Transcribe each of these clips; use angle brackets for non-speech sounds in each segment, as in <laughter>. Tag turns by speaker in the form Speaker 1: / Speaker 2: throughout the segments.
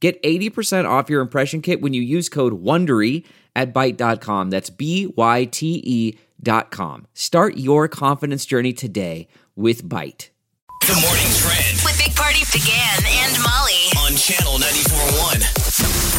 Speaker 1: Get 80% off your impression kit when you use code WONDERY at Byte.com. That's b y t e dot com. Start your confidence journey today with Byte.
Speaker 2: The morning trend
Speaker 3: with Big Party began and Molly.
Speaker 2: on channel 94.1.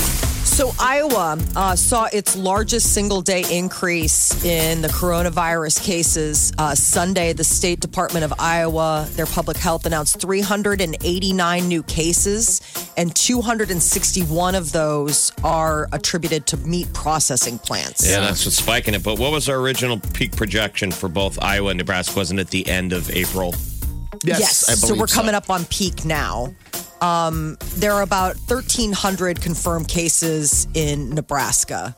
Speaker 4: So Iowa uh, saw its largest single day increase in the coronavirus cases uh, Sunday. The State Department of Iowa, their public health announced 389 new cases, and 261 of those are attributed to meat processing plants.
Speaker 5: Yeah, that's what's spiking it. But what was our original peak projection for both Iowa and Nebraska? Wasn't it the end of April?
Speaker 4: Yes, so we're coming up on peak now. Um, there are about 1,300 confirmed cases in Nebraska.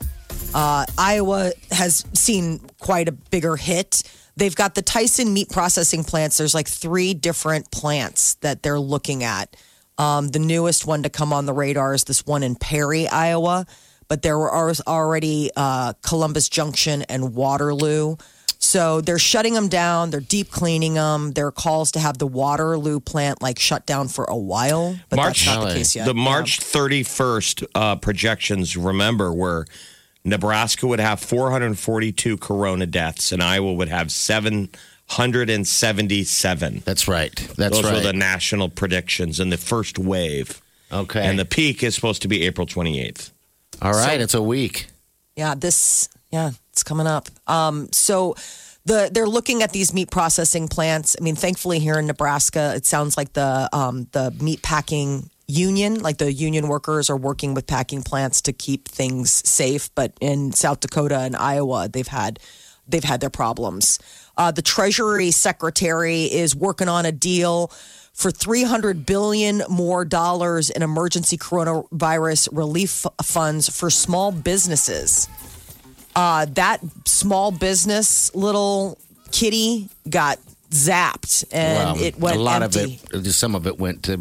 Speaker 4: Uh, Iowa has seen quite a bigger hit. They've got the Tyson meat processing plants. There's like three different plants that they're looking at. Um, the newest one to come on the radar is this one in Perry, Iowa, but there were al- already uh, Columbus Junction and Waterloo. So they're shutting them down. They're deep cleaning them. There are calls to have the Waterloo plant like shut down for a while, but
Speaker 5: March-
Speaker 4: that's not the case yet.
Speaker 5: The March 31st uh, projections, remember, were Nebraska would have 442 corona deaths and Iowa would have 777.
Speaker 6: That's right. That's
Speaker 5: Those were
Speaker 6: right.
Speaker 5: the national predictions in the first wave.
Speaker 6: okay.
Speaker 5: And the peak is supposed to be April 28th.
Speaker 6: All right. it's a week.
Speaker 4: Yeah, this yeah, it's coming up. Um, so the they're looking at these meat processing plants. I mean, thankfully here in Nebraska, it sounds like the um, the meat packing union, like the union workers, are working with packing plants to keep things safe. But in South Dakota and Iowa, they've had they've had their problems. Uh, the Treasury Secretary is working on a deal for 300 billion more dollars in emergency coronavirus relief f- funds for small businesses. Uh, that small business little kitty got zapped and it went
Speaker 6: a lot
Speaker 4: empty.
Speaker 6: of it. Some of it went to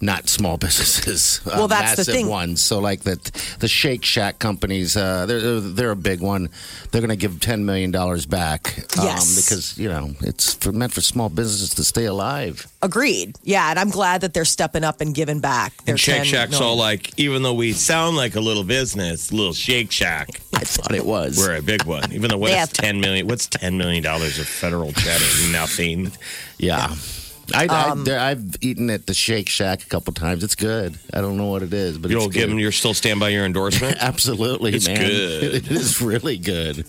Speaker 6: not small <laughs> businesses.
Speaker 4: Well,
Speaker 6: uh,
Speaker 4: that's the
Speaker 6: massive
Speaker 4: thing.
Speaker 6: ones. So like the the Shake Shack companies, uh, they're they're a big one. They're going to give ten million dollars back. um,
Speaker 4: Yes.
Speaker 6: because you know it's for, meant for small businesses to stay alive.
Speaker 4: Agreed. Yeah, and I'm glad that they're stepping up and giving back. their
Speaker 5: And Shake
Speaker 4: 10
Speaker 5: Shack's
Speaker 4: million.
Speaker 5: all like, even though we sound like a little business, little Shake Shack.
Speaker 6: I thought it was.
Speaker 5: We're a big one. Even though what's
Speaker 4: Yeah.
Speaker 5: ten million? What's ten million dollars of federal cheddar? Nothing.
Speaker 6: yeah. I,
Speaker 4: Um,
Speaker 6: I, there, I've eaten at the Shake Shack a couple times. It's good. I don't know what it is, but
Speaker 5: You'll
Speaker 6: it's
Speaker 5: give them.
Speaker 6: good.
Speaker 5: You're still stand by your endorsement.
Speaker 6: absolutely,
Speaker 5: It's
Speaker 6: man.
Speaker 5: good.
Speaker 6: <laughs> It is really good.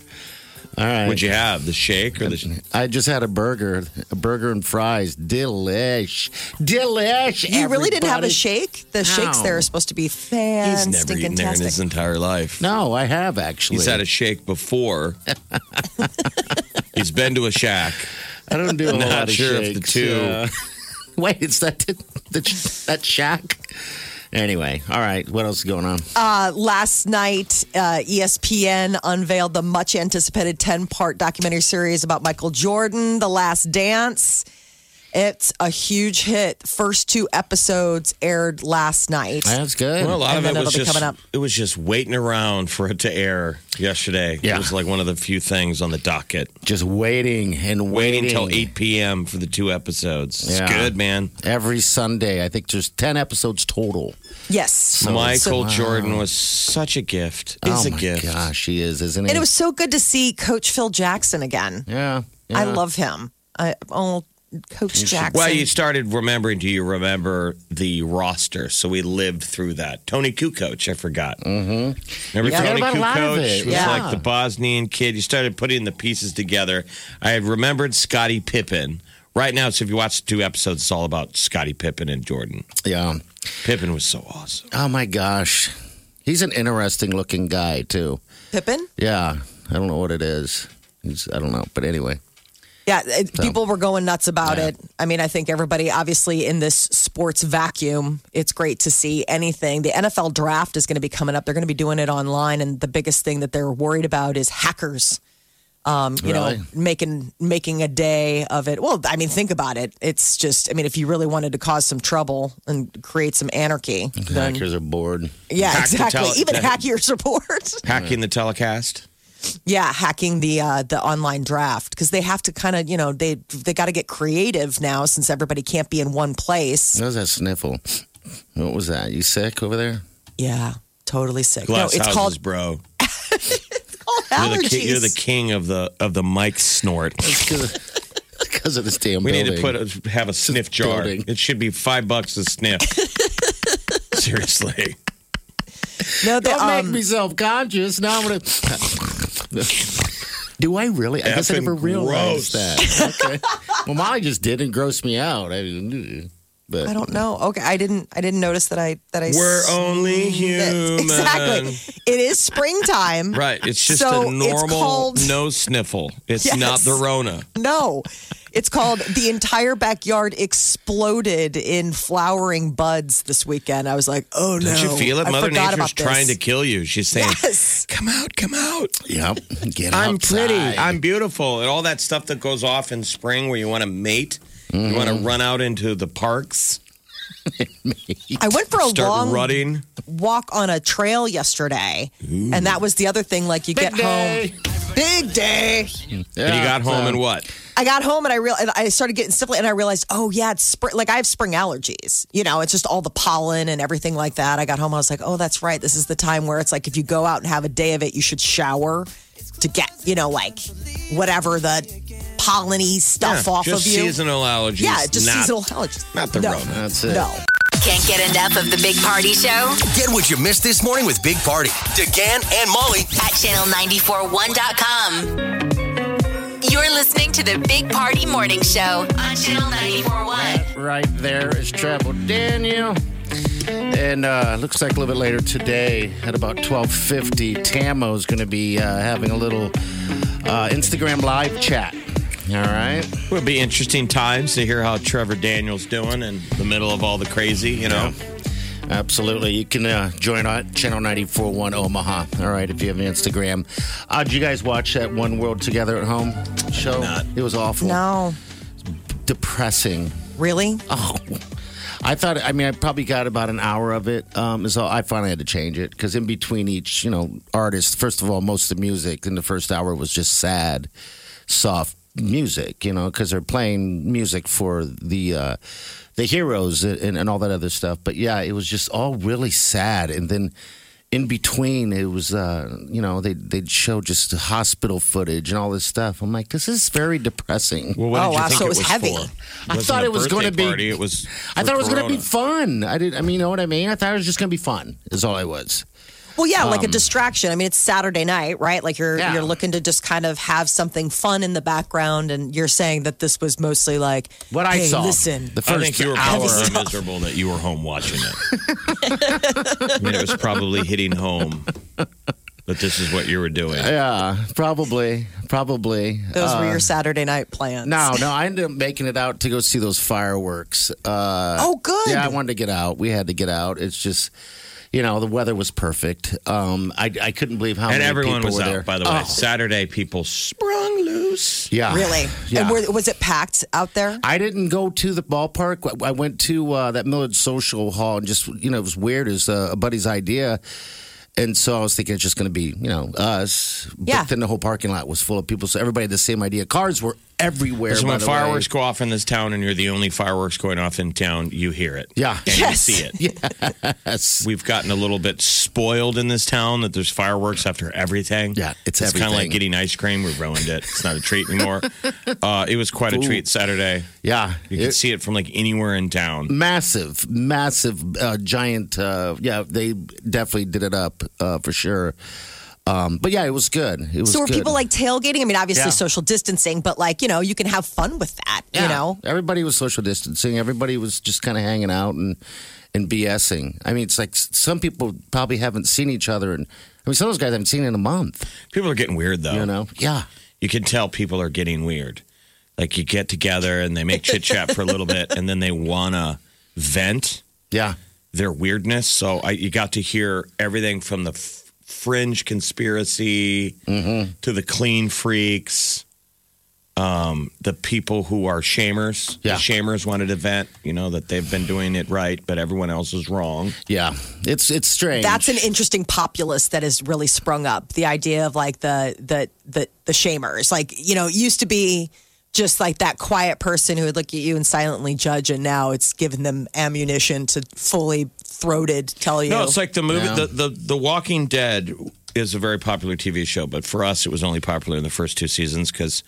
Speaker 6: All right.
Speaker 5: <laughs> What'd you have? The shake or the?
Speaker 6: I just had a burger, a burger and fries. Delish. Delish.
Speaker 4: You really didn't have a
Speaker 6: everybody.
Speaker 4: shake? The shakes there are supposed to be
Speaker 5: He's
Speaker 4: fan
Speaker 5: never eaten
Speaker 4: stinking
Speaker 5: there in his
Speaker 4: tastic.
Speaker 5: entire life.
Speaker 6: No, I have actually.
Speaker 5: He's had a
Speaker 4: <laughs>
Speaker 5: shake before. He's been to a shack.
Speaker 6: I
Speaker 5: <laughs>
Speaker 6: don't do a whole
Speaker 5: Not
Speaker 6: lot of
Speaker 5: sure if
Speaker 6: shakes.
Speaker 5: the two-
Speaker 6: uh, <laughs> wait, it's that the, that shack? Anyway, all right. What else is going on?
Speaker 4: Uh, last night, uh, ESPN unveiled the much anticipated 10 part documentary series about Michael Jordan, The Last Dance. It's a huge hit. First two episodes aired last night.
Speaker 6: That's good.
Speaker 5: Well, uh, a lot
Speaker 4: And
Speaker 5: of
Speaker 4: then
Speaker 5: it was
Speaker 4: it'll be
Speaker 5: just
Speaker 4: coming up.
Speaker 5: it was just waiting around for it to air yesterday.
Speaker 6: Yeah.
Speaker 5: It was like one of the few things on the docket.
Speaker 6: just waiting
Speaker 5: Waiting
Speaker 6: and waiting
Speaker 5: until eight p.m. for the two episodes. It's
Speaker 6: Yeah.
Speaker 5: good, man.
Speaker 6: every Sunday. I think there's ten episodes total.
Speaker 4: Yes.
Speaker 5: Michael Jordan was such a gift. Is
Speaker 6: oh
Speaker 5: a
Speaker 6: my
Speaker 5: gift.
Speaker 6: gosh, he is, isn't he?
Speaker 4: And it was so good to see Coach Phil Jackson again.
Speaker 6: yeah, yeah.
Speaker 4: I love him. I, oh, Coach Jackson.
Speaker 5: Well, you started remembering. Do you remember the roster? So we lived through that. Tony Kukoc, I forgot. Mm-hmm. Remember
Speaker 6: You forgot
Speaker 5: Tony
Speaker 6: about a lot of
Speaker 5: Kukoc
Speaker 6: it,
Speaker 5: was
Speaker 6: yeah.
Speaker 5: like the Bosnian kid. You started putting the pieces together. I had remembered Scottie Pippen. Right now, so if you watch the two episodes, it's all about Scottie Pippen and Jordan.
Speaker 6: yeah.
Speaker 5: Pippen was so awesome.
Speaker 6: Oh my gosh, he's an interesting looking guy too.
Speaker 4: Pippin?
Speaker 6: Yeah, I don't know what it is. It's- I don't know, but anyway,
Speaker 4: Yeah, it, people were going nuts about it. I mean, I think everybody, obviously, in this sports vacuum, it's great to see anything. The NFL draft is going to be coming up. They're going to be doing it online, and the biggest thing that they're worried about is hackers. Um, you
Speaker 6: Really?
Speaker 4: know, making making a day of it. Well, I mean, think about it. It's just, I mean, if you really wanted to cause some trouble and create some anarchy, then
Speaker 6: Hackers are bored.
Speaker 4: yeah,
Speaker 5: Hack the
Speaker 4: exactly.
Speaker 5: tele-
Speaker 4: Even
Speaker 5: the-
Speaker 4: hack your support. <laughs>
Speaker 5: Hacking the telecast.
Speaker 4: yeah hacking the uh, the online draft because they have to kind of you know they they got to get creative now since everybody can't be in one place
Speaker 6: What was that sniffle? What was that? You sick over there?
Speaker 4: yeah totally sick
Speaker 5: Glass
Speaker 4: no it's
Speaker 5: houses,
Speaker 4: called,
Speaker 5: bro.
Speaker 4: called
Speaker 5: You're the,
Speaker 4: allergies
Speaker 5: ki- you're the king of the of the mic snort.
Speaker 6: <laughs> Because of this damn
Speaker 5: We
Speaker 6: building.
Speaker 5: need to put a, have a sniff jar.
Speaker 6: building.
Speaker 5: It should be five bucks
Speaker 4: <laughs>
Speaker 5: a sniff. Seriously.
Speaker 4: no the,
Speaker 6: Don't
Speaker 4: um,
Speaker 6: make me self conscious. Now I'm gonna. Do I really? I guess I
Speaker 5: Effing
Speaker 6: never realized
Speaker 5: gross.
Speaker 6: that. Okay. well, Molly just did and grossed me out. I didn't. But
Speaker 4: I don't know. Okay, I didn't. I didn't notice that. I that I
Speaker 5: We're
Speaker 4: <laughs>
Speaker 5: only human.
Speaker 4: exactly. It is springtime,
Speaker 5: Right. It's just
Speaker 4: So
Speaker 5: a
Speaker 4: it's
Speaker 5: normal
Speaker 4: called-
Speaker 5: no sniffle. It's
Speaker 4: Yes.
Speaker 5: not the Rona.
Speaker 4: <laughs> No, it's called The Entire Backyard Exploded in Flowering Buds this weekend. I was like, oh no.
Speaker 5: Don't you feel it?
Speaker 4: I
Speaker 5: Mother
Speaker 4: forgot
Speaker 5: Nature's
Speaker 4: about this.
Speaker 5: trying to kill you. She's saying,
Speaker 4: Yes.
Speaker 5: Come out, come out.
Speaker 6: yep. Get
Speaker 5: I'm
Speaker 6: outside.
Speaker 5: pretty. I'm beautiful. And all that stuff that goes off in spring where you want to mate, you want to
Speaker 4: Mm-hmm.
Speaker 5: run out into the parks,
Speaker 4: I went for a
Speaker 5: start
Speaker 4: long
Speaker 5: rutting.
Speaker 4: walk on a trail yesterday, and that was the other thing. Like you get
Speaker 6: day.
Speaker 4: home, big day.
Speaker 5: And you
Speaker 6: Yeah,
Speaker 5: got home
Speaker 6: so-
Speaker 5: and what?
Speaker 4: I got home and I real and I started getting sniffly, and I realized, oh yeah, it's spring. Like I have spring allergies. You know, it's just all the pollen and everything like that. I got home, I was like, oh, that's right. This is the time where it's like if you go out and have a day of it, you should shower to get you know like whatever the polleny stuff
Speaker 5: Yeah,
Speaker 4: off
Speaker 5: just
Speaker 4: of you.
Speaker 5: seasonal allergies.
Speaker 4: yeah, just
Speaker 5: not-
Speaker 4: seasonal allergies.
Speaker 5: Not the
Speaker 4: no,
Speaker 5: Rona.
Speaker 6: That's it.
Speaker 4: No.
Speaker 3: Can't get enough of the Big Party Show
Speaker 2: Get what you missed this morning with Big Party, DeGan and Molly.
Speaker 3: at channel941.com. You're listening to the Big Party Morning Show on channel 941.
Speaker 6: right there is Travel Daniel. And uh, looks like a little bit later today at about 12.50, Tamo's going to be uh, having a little uh, Instagram live chat. All right.
Speaker 5: Would be interesting times to hear how Trevor Daniels doing in the middle of all the crazy, you know.
Speaker 6: Absolutely. You can uh, join on Channel 941 Omaha. All right, if you have an Instagram. Uh, did you guys watch that One World Together at Home show? It was awful.
Speaker 4: No.
Speaker 6: Depressing.
Speaker 4: Really?
Speaker 6: <laughs> Oh, I thought. I mean, I probably got about an hour of it. Um, so I finally had to change it because in between each, you know, artist. First of all, most of the music in the first hour was just sad, soft music. You know, because they're playing music for the. Uh, the heroes and, and all that other stuff, but yeah, it was just all really sad. And then in between, it was uh, you know they they'd show just hospital footage and all this stuff. I'm like, this is very depressing.
Speaker 5: Well, what
Speaker 4: Oh,
Speaker 5: did you
Speaker 4: wow,
Speaker 5: think
Speaker 4: so it
Speaker 5: it
Speaker 4: was
Speaker 5: was
Speaker 4: heavy.
Speaker 5: for?
Speaker 6: I
Speaker 5: wasn't
Speaker 6: thought
Speaker 5: a
Speaker 6: it was going to
Speaker 5: birthday
Speaker 6: be.
Speaker 5: party, it was
Speaker 6: I
Speaker 5: for
Speaker 6: thought it was going to
Speaker 5: Corona.
Speaker 6: be fun. I did. I mean, you know what I mean? I thought it was just going to be fun. Is all I was.
Speaker 4: Well, yeah, like a distraction. I mean, it's Saturday night, right? Like you're
Speaker 6: Um, Yeah.
Speaker 4: you're looking to just kind of have something fun in the background, and you're saying that this was mostly like
Speaker 6: What I
Speaker 4: hey,
Speaker 6: saw.
Speaker 4: Listen,
Speaker 6: the
Speaker 5: I
Speaker 6: first
Speaker 5: think you were
Speaker 6: <laughs> hour.
Speaker 5: probably miserable that you were home watching it. I mean, it was probably hitting home that this is what you were doing.
Speaker 6: Yeah, probably, probably. Uh,
Speaker 4: those were your Saturday night plans.
Speaker 6: No, no. I ended up making it out to go see those fireworks. Uh,
Speaker 4: Oh, good.
Speaker 6: Yeah, I wanted to get out. We had to get out. It's just, you know, the weather was perfect. Um, I, I couldn't believe how
Speaker 5: and
Speaker 6: many
Speaker 5: everyone was
Speaker 6: people were
Speaker 5: out,
Speaker 6: there.
Speaker 5: by the way.
Speaker 6: Oh,
Speaker 5: Saturday, people sprung loose.
Speaker 6: yeah, <sighs>
Speaker 4: Really?
Speaker 6: Yeah.
Speaker 4: And were, was it packed out there?
Speaker 6: I didn't go to the ballpark. I went to uh, that Millard Social Hall and just, you know, it was weird. It was uh, a buddy's idea. And so I was thinking it's just going to be, you know, us.
Speaker 4: Yeah.
Speaker 6: But then the whole parking lot was full of people. So everybody had the same idea. Cars were everywhere.
Speaker 5: Because
Speaker 6: by
Speaker 5: when
Speaker 6: the
Speaker 5: fireworks
Speaker 6: way.
Speaker 5: go off in this town and you're the only fireworks going off in town, you hear it.
Speaker 6: Yeah.
Speaker 5: And
Speaker 4: Yes.
Speaker 5: you see it.
Speaker 6: <laughs> Yes.
Speaker 5: We've gotten a little bit spoiled in this town that there's fireworks after everything.
Speaker 6: Yeah, it's
Speaker 5: it's kind of
Speaker 6: everything.
Speaker 5: like getting ice cream. We ruined it. It's not a treat
Speaker 6: <laughs>
Speaker 5: anymore. uh, it was quite a treat Saturday.
Speaker 6: Yeah.
Speaker 5: You could
Speaker 6: It-
Speaker 5: see it from like anywhere in town.
Speaker 6: massive, massive, uh, giant. Uh, yeah, they definitely did it up uh, for sure. Um, but yeah, it was good. It was
Speaker 4: So were
Speaker 6: good.
Speaker 4: people like tailgating? I mean, obviously
Speaker 6: Yeah.
Speaker 4: social distancing, but like you know, you can have fun with that. You
Speaker 6: Yeah.
Speaker 4: know,
Speaker 6: everybody was social distancing. Everybody was just kind of hanging out and and BSing. I mean, it's like s- some people probably haven't seen each other, and I mean, some of those guys haven't seen in a month.
Speaker 5: Oh. People are getting weird though.
Speaker 6: You know? Yeah.
Speaker 5: You can tell people are getting weird. Like you get together and they make chit chat for a little bit, and then they wanna vent
Speaker 6: Yeah.
Speaker 5: their weirdness. So I, you got to hear everything from the f- fringe conspiracy to the clean freaks, um, the people who are shamers.
Speaker 6: Yeah.
Speaker 5: The shamers wanted to vent, you know, that they've been doing it right, but everyone else is wrong.
Speaker 6: Yeah. It's it's strange.
Speaker 4: That's an interesting populace that has really sprung up. The idea of like the the the the shamers, like you know, it used to be just like that quiet person who would look at you and silently judge, and now it's given them ammunition to fully throated tell you.
Speaker 5: No, it's like the movie, the, the, the Walking Dead is a very popular TV show, but for us, it was only popular in the first two seasons because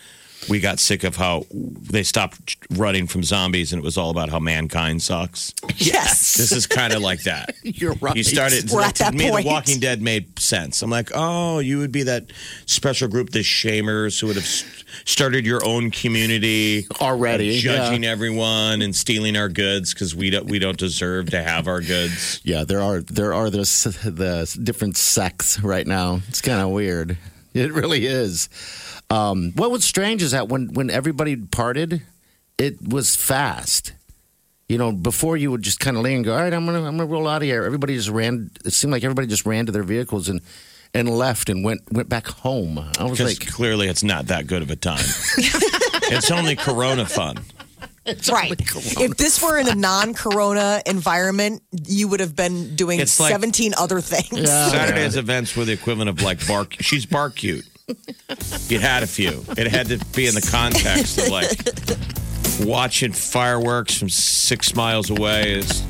Speaker 5: we got sick of how they stopped running from zombies and it was all about how mankind sucks.
Speaker 4: yes,
Speaker 5: <laughs> This is kind of like that.
Speaker 6: <laughs> You're right.
Speaker 5: You started.
Speaker 4: We're at
Speaker 5: to
Speaker 4: that
Speaker 5: me,
Speaker 4: point.
Speaker 5: The Walking Dead made sense. I'm like, oh, you would be that special group, the Shamers, who would have s- started your own community,
Speaker 6: already.
Speaker 5: judging everyone and stealing our goods because we don't we don't deserve to have our goods.
Speaker 6: Yeah, there are there are the s- the s- different sects right now. It's kind of weird. It really is. Um, what was strange is that when when everybody parted, it was fast. You know, before you would just kind of lay and go, all right, I'm gonna I'm gonna roll out of here. Everybody just ran. It seemed like everybody just ran to their vehicles and and left and went went back home. I was
Speaker 5: Because
Speaker 6: like,
Speaker 5: clearly, it's not that good of a time. <laughs> it's only Corona fun.
Speaker 4: right. If this were in a non-corona environment, you would have been doing
Speaker 5: It's like-
Speaker 4: seventeen other things.
Speaker 6: Oh, Yeah.
Speaker 5: Saturday's events were the equivalent of like bar. She's bar cute. You had a few. It had to be in the context of like watching fireworks from six miles away is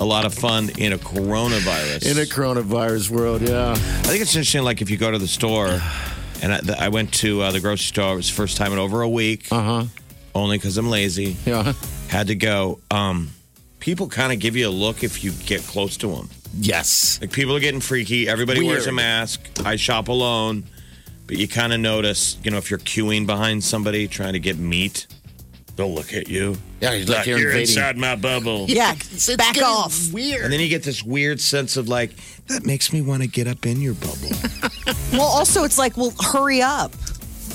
Speaker 5: a lot of fun in a coronavirus.
Speaker 6: in a coronavirus world, yeah,
Speaker 5: I think it's interesting. Like if you go to the store, and I, I went to uh, the grocery store. It was the first time in over a week. Uh
Speaker 6: Uh-huh.
Speaker 5: huh. Only because I'm lazy.
Speaker 6: yeah,
Speaker 5: Had to go. Um, people kind of give you a look if you get close to them.
Speaker 6: yes,
Speaker 5: Like people are getting freaky. Everybody wears a
Speaker 6: Weird.
Speaker 5: mask. I shop alone, but you kind of notice, you know, if you're queuing behind somebody trying to get meat, they'll look at you.
Speaker 6: yeah. You're, like you're invading.
Speaker 5: inside my bubble.
Speaker 4: <laughs>
Speaker 6: <laughs>
Speaker 4: Yeah,
Speaker 6: It's- it's
Speaker 4: back
Speaker 6: getting
Speaker 4: off.
Speaker 6: Weird.
Speaker 5: And then you get this weird sense of like that makes me want to get up in your bubble.
Speaker 4: Well, also it's like, well, hurry up.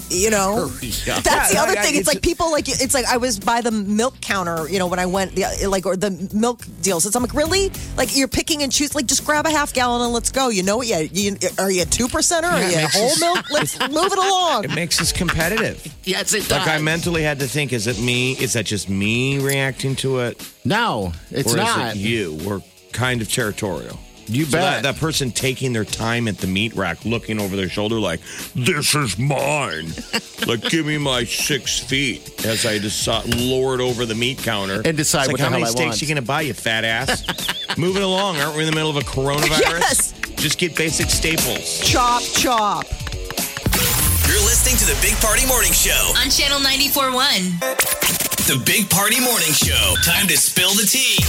Speaker 4: You know, that's the
Speaker 5: Yeah,
Speaker 4: other
Speaker 5: yeah,
Speaker 4: thing. It's,
Speaker 5: it's-
Speaker 4: like people like it's like I was by the milk counter, you know, when I went the, like or the milk deals. It's I'm like really like you're picking and choose. Like just grab a half gallon and let's go. You know what? Yeah, you, are you two percenter? Are you whole
Speaker 6: <laughs>
Speaker 4: milk? Let's move it along.
Speaker 5: It makes us competitive.
Speaker 6: yes, it
Speaker 5: Like I
Speaker 6: does.
Speaker 5: mentally had to think: Is it me? Is that just me reacting to it,
Speaker 6: No, it's
Speaker 5: or is
Speaker 6: not.
Speaker 5: it you? We're kind of territorial.
Speaker 6: You
Speaker 5: So that,
Speaker 6: bet.
Speaker 5: that person taking their time at the meat rack, looking over their shoulder, like, this is mine.
Speaker 6: <laughs>
Speaker 5: like, give me my six feet as I decide, lord over the meat counter.
Speaker 6: And
Speaker 5: It's like,
Speaker 6: decide what the
Speaker 5: how many
Speaker 6: hell I
Speaker 5: steaks
Speaker 6: want."
Speaker 5: you going to buy, you fat
Speaker 6: <laughs>
Speaker 5: ass? Moving along, aren't we in the middle of a coronavirus?
Speaker 4: Yes.
Speaker 5: Just get basic staples.
Speaker 4: Chop, chop.
Speaker 2: You're listening to the Big Party Morning Show.
Speaker 3: On Channel 94.1.
Speaker 2: The Big Party Morning Show. Time to spill the tea.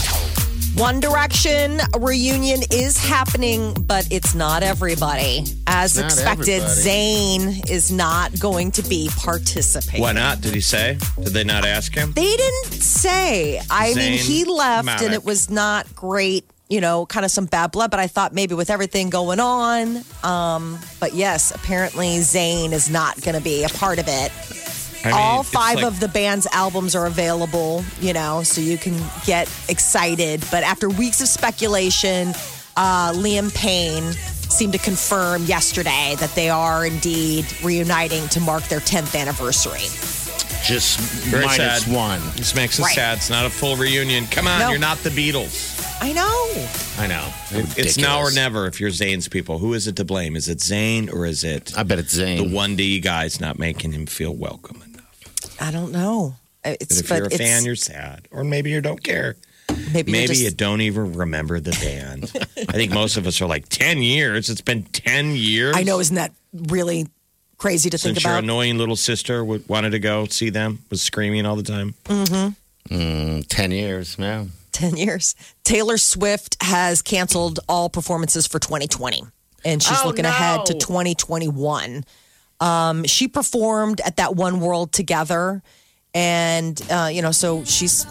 Speaker 4: One Direction reunion is happening, but it's not everybody. As
Speaker 6: Not
Speaker 4: expected,
Speaker 6: everybody.
Speaker 4: Zayn is not going to be participating.
Speaker 5: Why not? Did he say? Did they not ask him?
Speaker 4: They didn't say. I mean,
Speaker 5: Zayn
Speaker 4: he left and
Speaker 5: Malik.
Speaker 4: it was not great, you know, kind of some bad blood, but I thought maybe with everything going on. Um, but yes, apparently Zayn is not going to be a part of it.
Speaker 5: I mean,
Speaker 4: All
Speaker 5: it's
Speaker 4: five
Speaker 5: like-
Speaker 4: of the band's albums are available, you know, so you can get excited. But after weeks of speculation, uh, Liam Payne seemed to confirm yesterday that they are indeed reuniting to mark their 10th anniversary.
Speaker 6: just
Speaker 5: Very
Speaker 6: minus
Speaker 5: sad.
Speaker 6: one.
Speaker 5: This makes us
Speaker 4: Right.
Speaker 5: sad. It's not a full reunion. Come on,
Speaker 4: No.
Speaker 5: you're not the Beatles.
Speaker 4: I know.
Speaker 5: I know. It's now or
Speaker 6: Ridiculous.
Speaker 5: never if you're Zane's people. Who is it to blame? Is it Zane or is it
Speaker 6: I bet it's
Speaker 5: the
Speaker 6: Zane.
Speaker 5: 1D guys not making him feel welcome enough?
Speaker 4: I don't know. Uh, It's
Speaker 5: But if
Speaker 4: but
Speaker 5: you're a
Speaker 4: it's,
Speaker 5: fan, you're sad. Or maybe you don't care.
Speaker 4: maybe,
Speaker 5: Maybe
Speaker 4: you're just,
Speaker 5: you don't even remember the
Speaker 4: <laughs>
Speaker 5: band. I think most of us are like, 10 years? It's been 10 years?
Speaker 4: I know. Isn't that really crazy to think
Speaker 5: Since your
Speaker 4: about?
Speaker 5: annoying little sister w- wanted to go see them, was screaming all the time.
Speaker 6: Ten years, man.
Speaker 4: <laughs> Ten years. Taylor Swift has canceled all performances for 2020, and she's
Speaker 6: Oh,
Speaker 4: looking ahead to
Speaker 6: no.
Speaker 4: 2021. Um, she performed at that One World Together. And uh, you know, so she's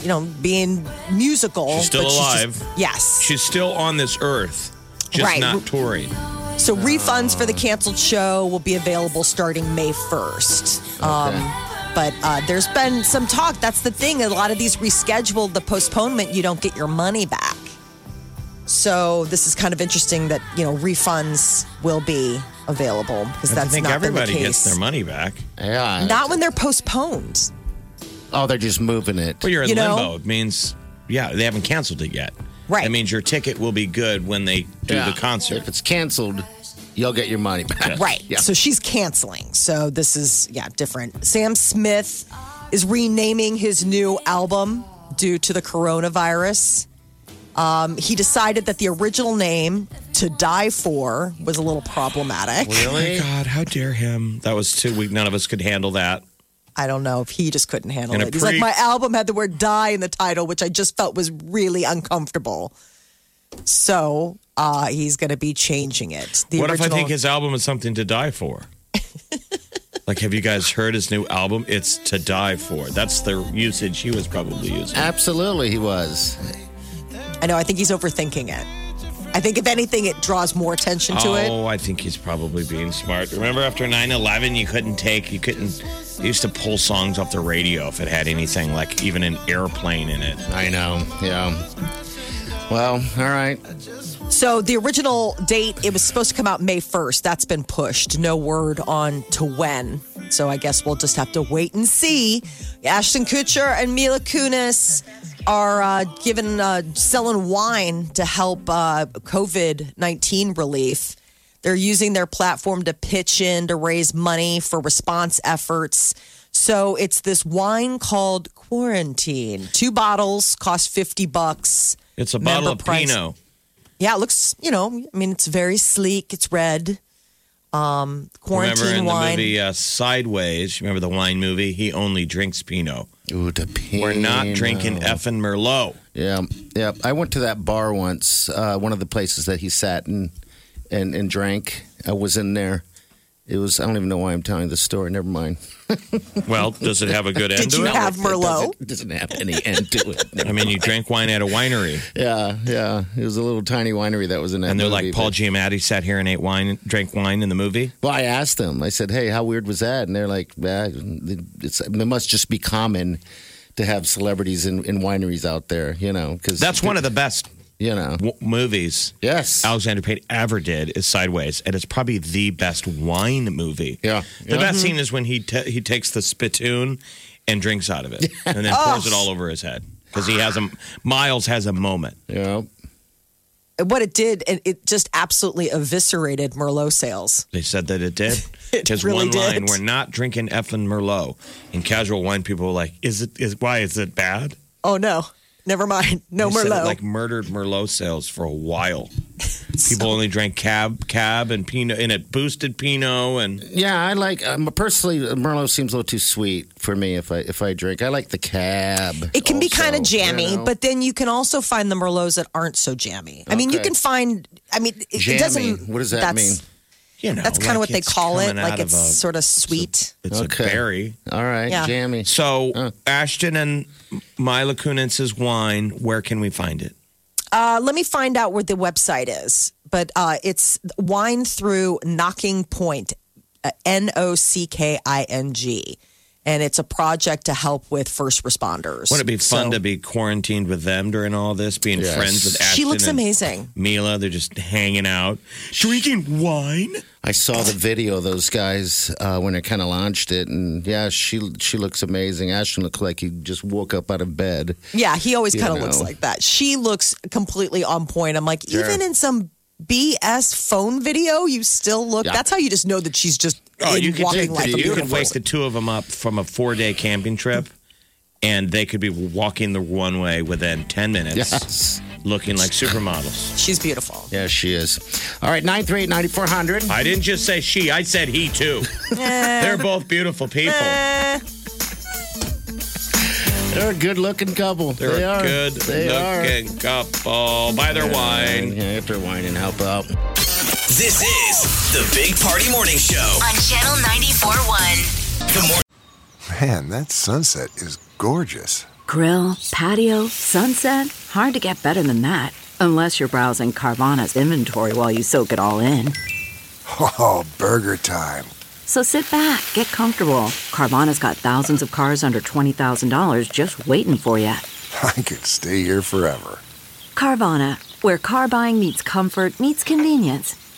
Speaker 4: you know being musical.
Speaker 5: She's still
Speaker 4: but
Speaker 5: alive.
Speaker 4: She's just, yes.
Speaker 5: She's still on this earth, just
Speaker 4: Right.
Speaker 5: not touring.
Speaker 4: So refunds for the canceled show will be available starting May 1st. Um, But uh, there's been some talk. That's the thing. A lot of these rescheduled, the postponement, you don't get your money back. So this is kind of interesting that you know refunds will be available because
Speaker 5: I
Speaker 4: that's
Speaker 5: think
Speaker 4: not
Speaker 5: everybody
Speaker 4: been the
Speaker 5: gets
Speaker 4: case.
Speaker 5: their money back.
Speaker 6: Yeah.
Speaker 4: Not when they're postponed.
Speaker 6: oh, they're just moving it.
Speaker 5: Well, you're in
Speaker 4: You know?
Speaker 5: limbo. It means, yeah, they haven't canceled it yet.
Speaker 4: Right.
Speaker 5: That means your ticket will be good when they do
Speaker 6: Yeah.
Speaker 5: the concert.
Speaker 6: If it's canceled, you'll get your money back.
Speaker 4: Right.
Speaker 6: Yeah.
Speaker 4: So she's canceling. So this is, yeah, different. Sam Smith is renaming his new album due to the coronavirus. Um, he decided that the original name, To Die For, was a little problematic.
Speaker 5: Oh my God, how dare him? That was too weak. None of us could handle that.
Speaker 4: I don't know if he just couldn't handle
Speaker 5: And a
Speaker 4: it. He's like,
Speaker 5: pre-
Speaker 4: my album had the word die in the title, which I just felt was really uncomfortable. So uh, he's going to be changing it. The
Speaker 5: what if I
Speaker 4: original-
Speaker 5: think his album is something to
Speaker 4: <laughs>
Speaker 5: die for? like, have you guys heard his new album? It's to die for. That's the usage he was probably using.
Speaker 6: Absolutely, he was.
Speaker 4: I know. I think he's overthinking it. I think if anything, it draws more attention to it.
Speaker 5: Oh, I think he's probably being smart. Remember after 9 11, you couldn't take, you couldn't, they used to pull songs off the radio if it had anything like even an airplane in it.
Speaker 6: I know. Yeah. Well, all right.
Speaker 4: So the original date, it was supposed to come out May 1st. That's been pushed. No word on to when. So I guess we'll just have to wait and see. Ashton Kutcher and Mila Kunis are uh, given uh, selling wine to help uh, COVID 19 relief. They're using their platform to pitch in to raise money for response efforts. So it's this wine called Quarantine. Two bottles cost 50 bucks.
Speaker 5: It's a
Speaker 4: Member
Speaker 5: bottle of
Speaker 4: price.
Speaker 5: Pinot.
Speaker 4: Yeah, it looks, you know, I mean, it's very sleek. It's red. Um, quarantine
Speaker 5: Remember in
Speaker 4: wine.
Speaker 5: the movie uh, Sideways, remember the wine movie? He only drinks Pinot.
Speaker 6: Ooh, the pain.
Speaker 5: We're not drinking effing Merlot.
Speaker 6: Yeah, yeah. I went to that bar once, uh, one of the places that he sat and and and drank. I was in there. It was. I don't even know why I'm telling this story. Never mind.
Speaker 5: Well, does it have a good
Speaker 4: <laughs>
Speaker 5: end
Speaker 4: Did
Speaker 5: to
Speaker 4: you
Speaker 5: it?
Speaker 4: have Merlot?
Speaker 6: It doesn't, it doesn't have any end
Speaker 4: <laughs>
Speaker 6: to it.
Speaker 5: I mean, you drank wine at a <laughs> winery,
Speaker 6: yeah, yeah. It was a little tiny winery that was in that.
Speaker 5: and they're
Speaker 6: movie,
Speaker 5: like, Paul
Speaker 6: but-
Speaker 5: Giamatti sat here and ate wine, drank wine in the movie.
Speaker 6: Well, I asked them. I said, "Hey, how weird was that?" And they're like, "Bah, it's, "It must just be common to have celebrities in, in wineries out there, you know." Because
Speaker 5: That's one of the best
Speaker 6: you know,
Speaker 5: w- movies
Speaker 6: yes,
Speaker 5: Alexander Payne ever did is Sideways, and it's probably the best wine movie.
Speaker 6: Yeah.
Speaker 5: the
Speaker 6: Yeah.
Speaker 5: best scene is when he ta he takes the spittoon and drinks out of <laughs> it, and then pours it
Speaker 4: Oh.
Speaker 5: all over his head because he has a Miles has a moment.
Speaker 6: yeah.
Speaker 4: what it did, it, it just absolutely eviscerated Merlot sales.
Speaker 5: They said that it did.
Speaker 4: <laughs> It
Speaker 5: His
Speaker 4: really
Speaker 5: one line,
Speaker 4: did.
Speaker 5: "We're not drinking effing Merlot," and casual wine people were like, "Is it? Is why is it bad?"
Speaker 4: Oh, no. Never mind. No
Speaker 5: He said it,
Speaker 4: Merlot.
Speaker 5: like murdered Merlot sales for
Speaker 4: <laughs>
Speaker 5: a while. People only drank cab, cab, and Pinot, and it boosted Pinot. And
Speaker 6: Yeah, I like um, personally Merlot seems a little too sweet for me if I if I drink. I like the cab.
Speaker 4: it can be
Speaker 6: also,
Speaker 4: kind of jammy,
Speaker 6: you know?
Speaker 4: but then you can also find the Merlots that aren't so jammy. I mean, you
Speaker 6: Okay.
Speaker 4: can find, I mean, it,
Speaker 6: jammy.
Speaker 4: it doesn't.
Speaker 6: what does that
Speaker 4: that's,
Speaker 6: mean?
Speaker 5: you know,
Speaker 4: That's kind of what
Speaker 5: like
Speaker 4: they
Speaker 5: it's
Speaker 4: call it.
Speaker 5: coming
Speaker 4: Like
Speaker 5: out of
Speaker 4: it's
Speaker 5: a-
Speaker 4: sort of sweet.
Speaker 5: It's
Speaker 6: Okay.
Speaker 5: a berry.
Speaker 6: All right,
Speaker 4: Yeah.
Speaker 6: jammy.
Speaker 5: So
Speaker 6: Huh.
Speaker 5: Ashton and Mila Kunis's wine. Where can we find it?
Speaker 4: Uh, let me find out where the website is, but uh, it's wine through knocking point, uh, N O C K I N G. And it's a project to help with first responders.
Speaker 5: Wouldn't it be fun to be quarantined with them during all this, being
Speaker 6: Yes.
Speaker 5: friends with Ashton?
Speaker 4: She looks
Speaker 5: and
Speaker 4: amazing.
Speaker 5: Mila, they're just hanging out, drinking wine.
Speaker 6: I saw the video of those guys uh, when they kind of launched it, and yeah, she she looks amazing. Ashton looked like he just woke up out
Speaker 5: <laughs>
Speaker 6: of bed.
Speaker 4: Yeah, he always
Speaker 6: You
Speaker 4: kind of
Speaker 6: know.
Speaker 4: looks like that. She looks completely on point. I'm like, even in some BS phone video, you still look.
Speaker 6: Yeah.
Speaker 4: That's how you just know that she's just in
Speaker 5: Oh, you could
Speaker 4: walking
Speaker 5: take
Speaker 4: like
Speaker 5: the,
Speaker 4: a
Speaker 5: you could
Speaker 4: beautiful.
Speaker 5: wake the two of them up from a four day camping trip, and they could be walking the runway within ten minutes,
Speaker 6: Yes.
Speaker 5: looking like supermodels.
Speaker 4: She's beautiful.
Speaker 6: Yeah, she is. All right, 938 9400.
Speaker 5: I didn't just say she; I said he too. They're both beautiful people.
Speaker 4: Eh.
Speaker 6: They're a good looking couple.
Speaker 5: They're
Speaker 6: They
Speaker 5: a
Speaker 6: are.
Speaker 5: good
Speaker 6: They are.
Speaker 5: looking couple. Buy their wine.
Speaker 6: Yeah, after wine and help out.
Speaker 2: This is the Big Party Morning Show.
Speaker 3: On Channel 94.1.
Speaker 2: Good morning.
Speaker 7: Man, that sunset is gorgeous.
Speaker 8: Grill, patio, sunset. Hard to get better than that. Unless you're browsing Carvana's inventory while you soak it all in.
Speaker 7: Oh, burger time. <laughs>
Speaker 8: So sit back, get comfortable. Carvana's got thousands of cars under $20,000 just waiting for you.
Speaker 7: I could stay here forever.
Speaker 8: Carvana, where car buying meets comfort, meets convenience.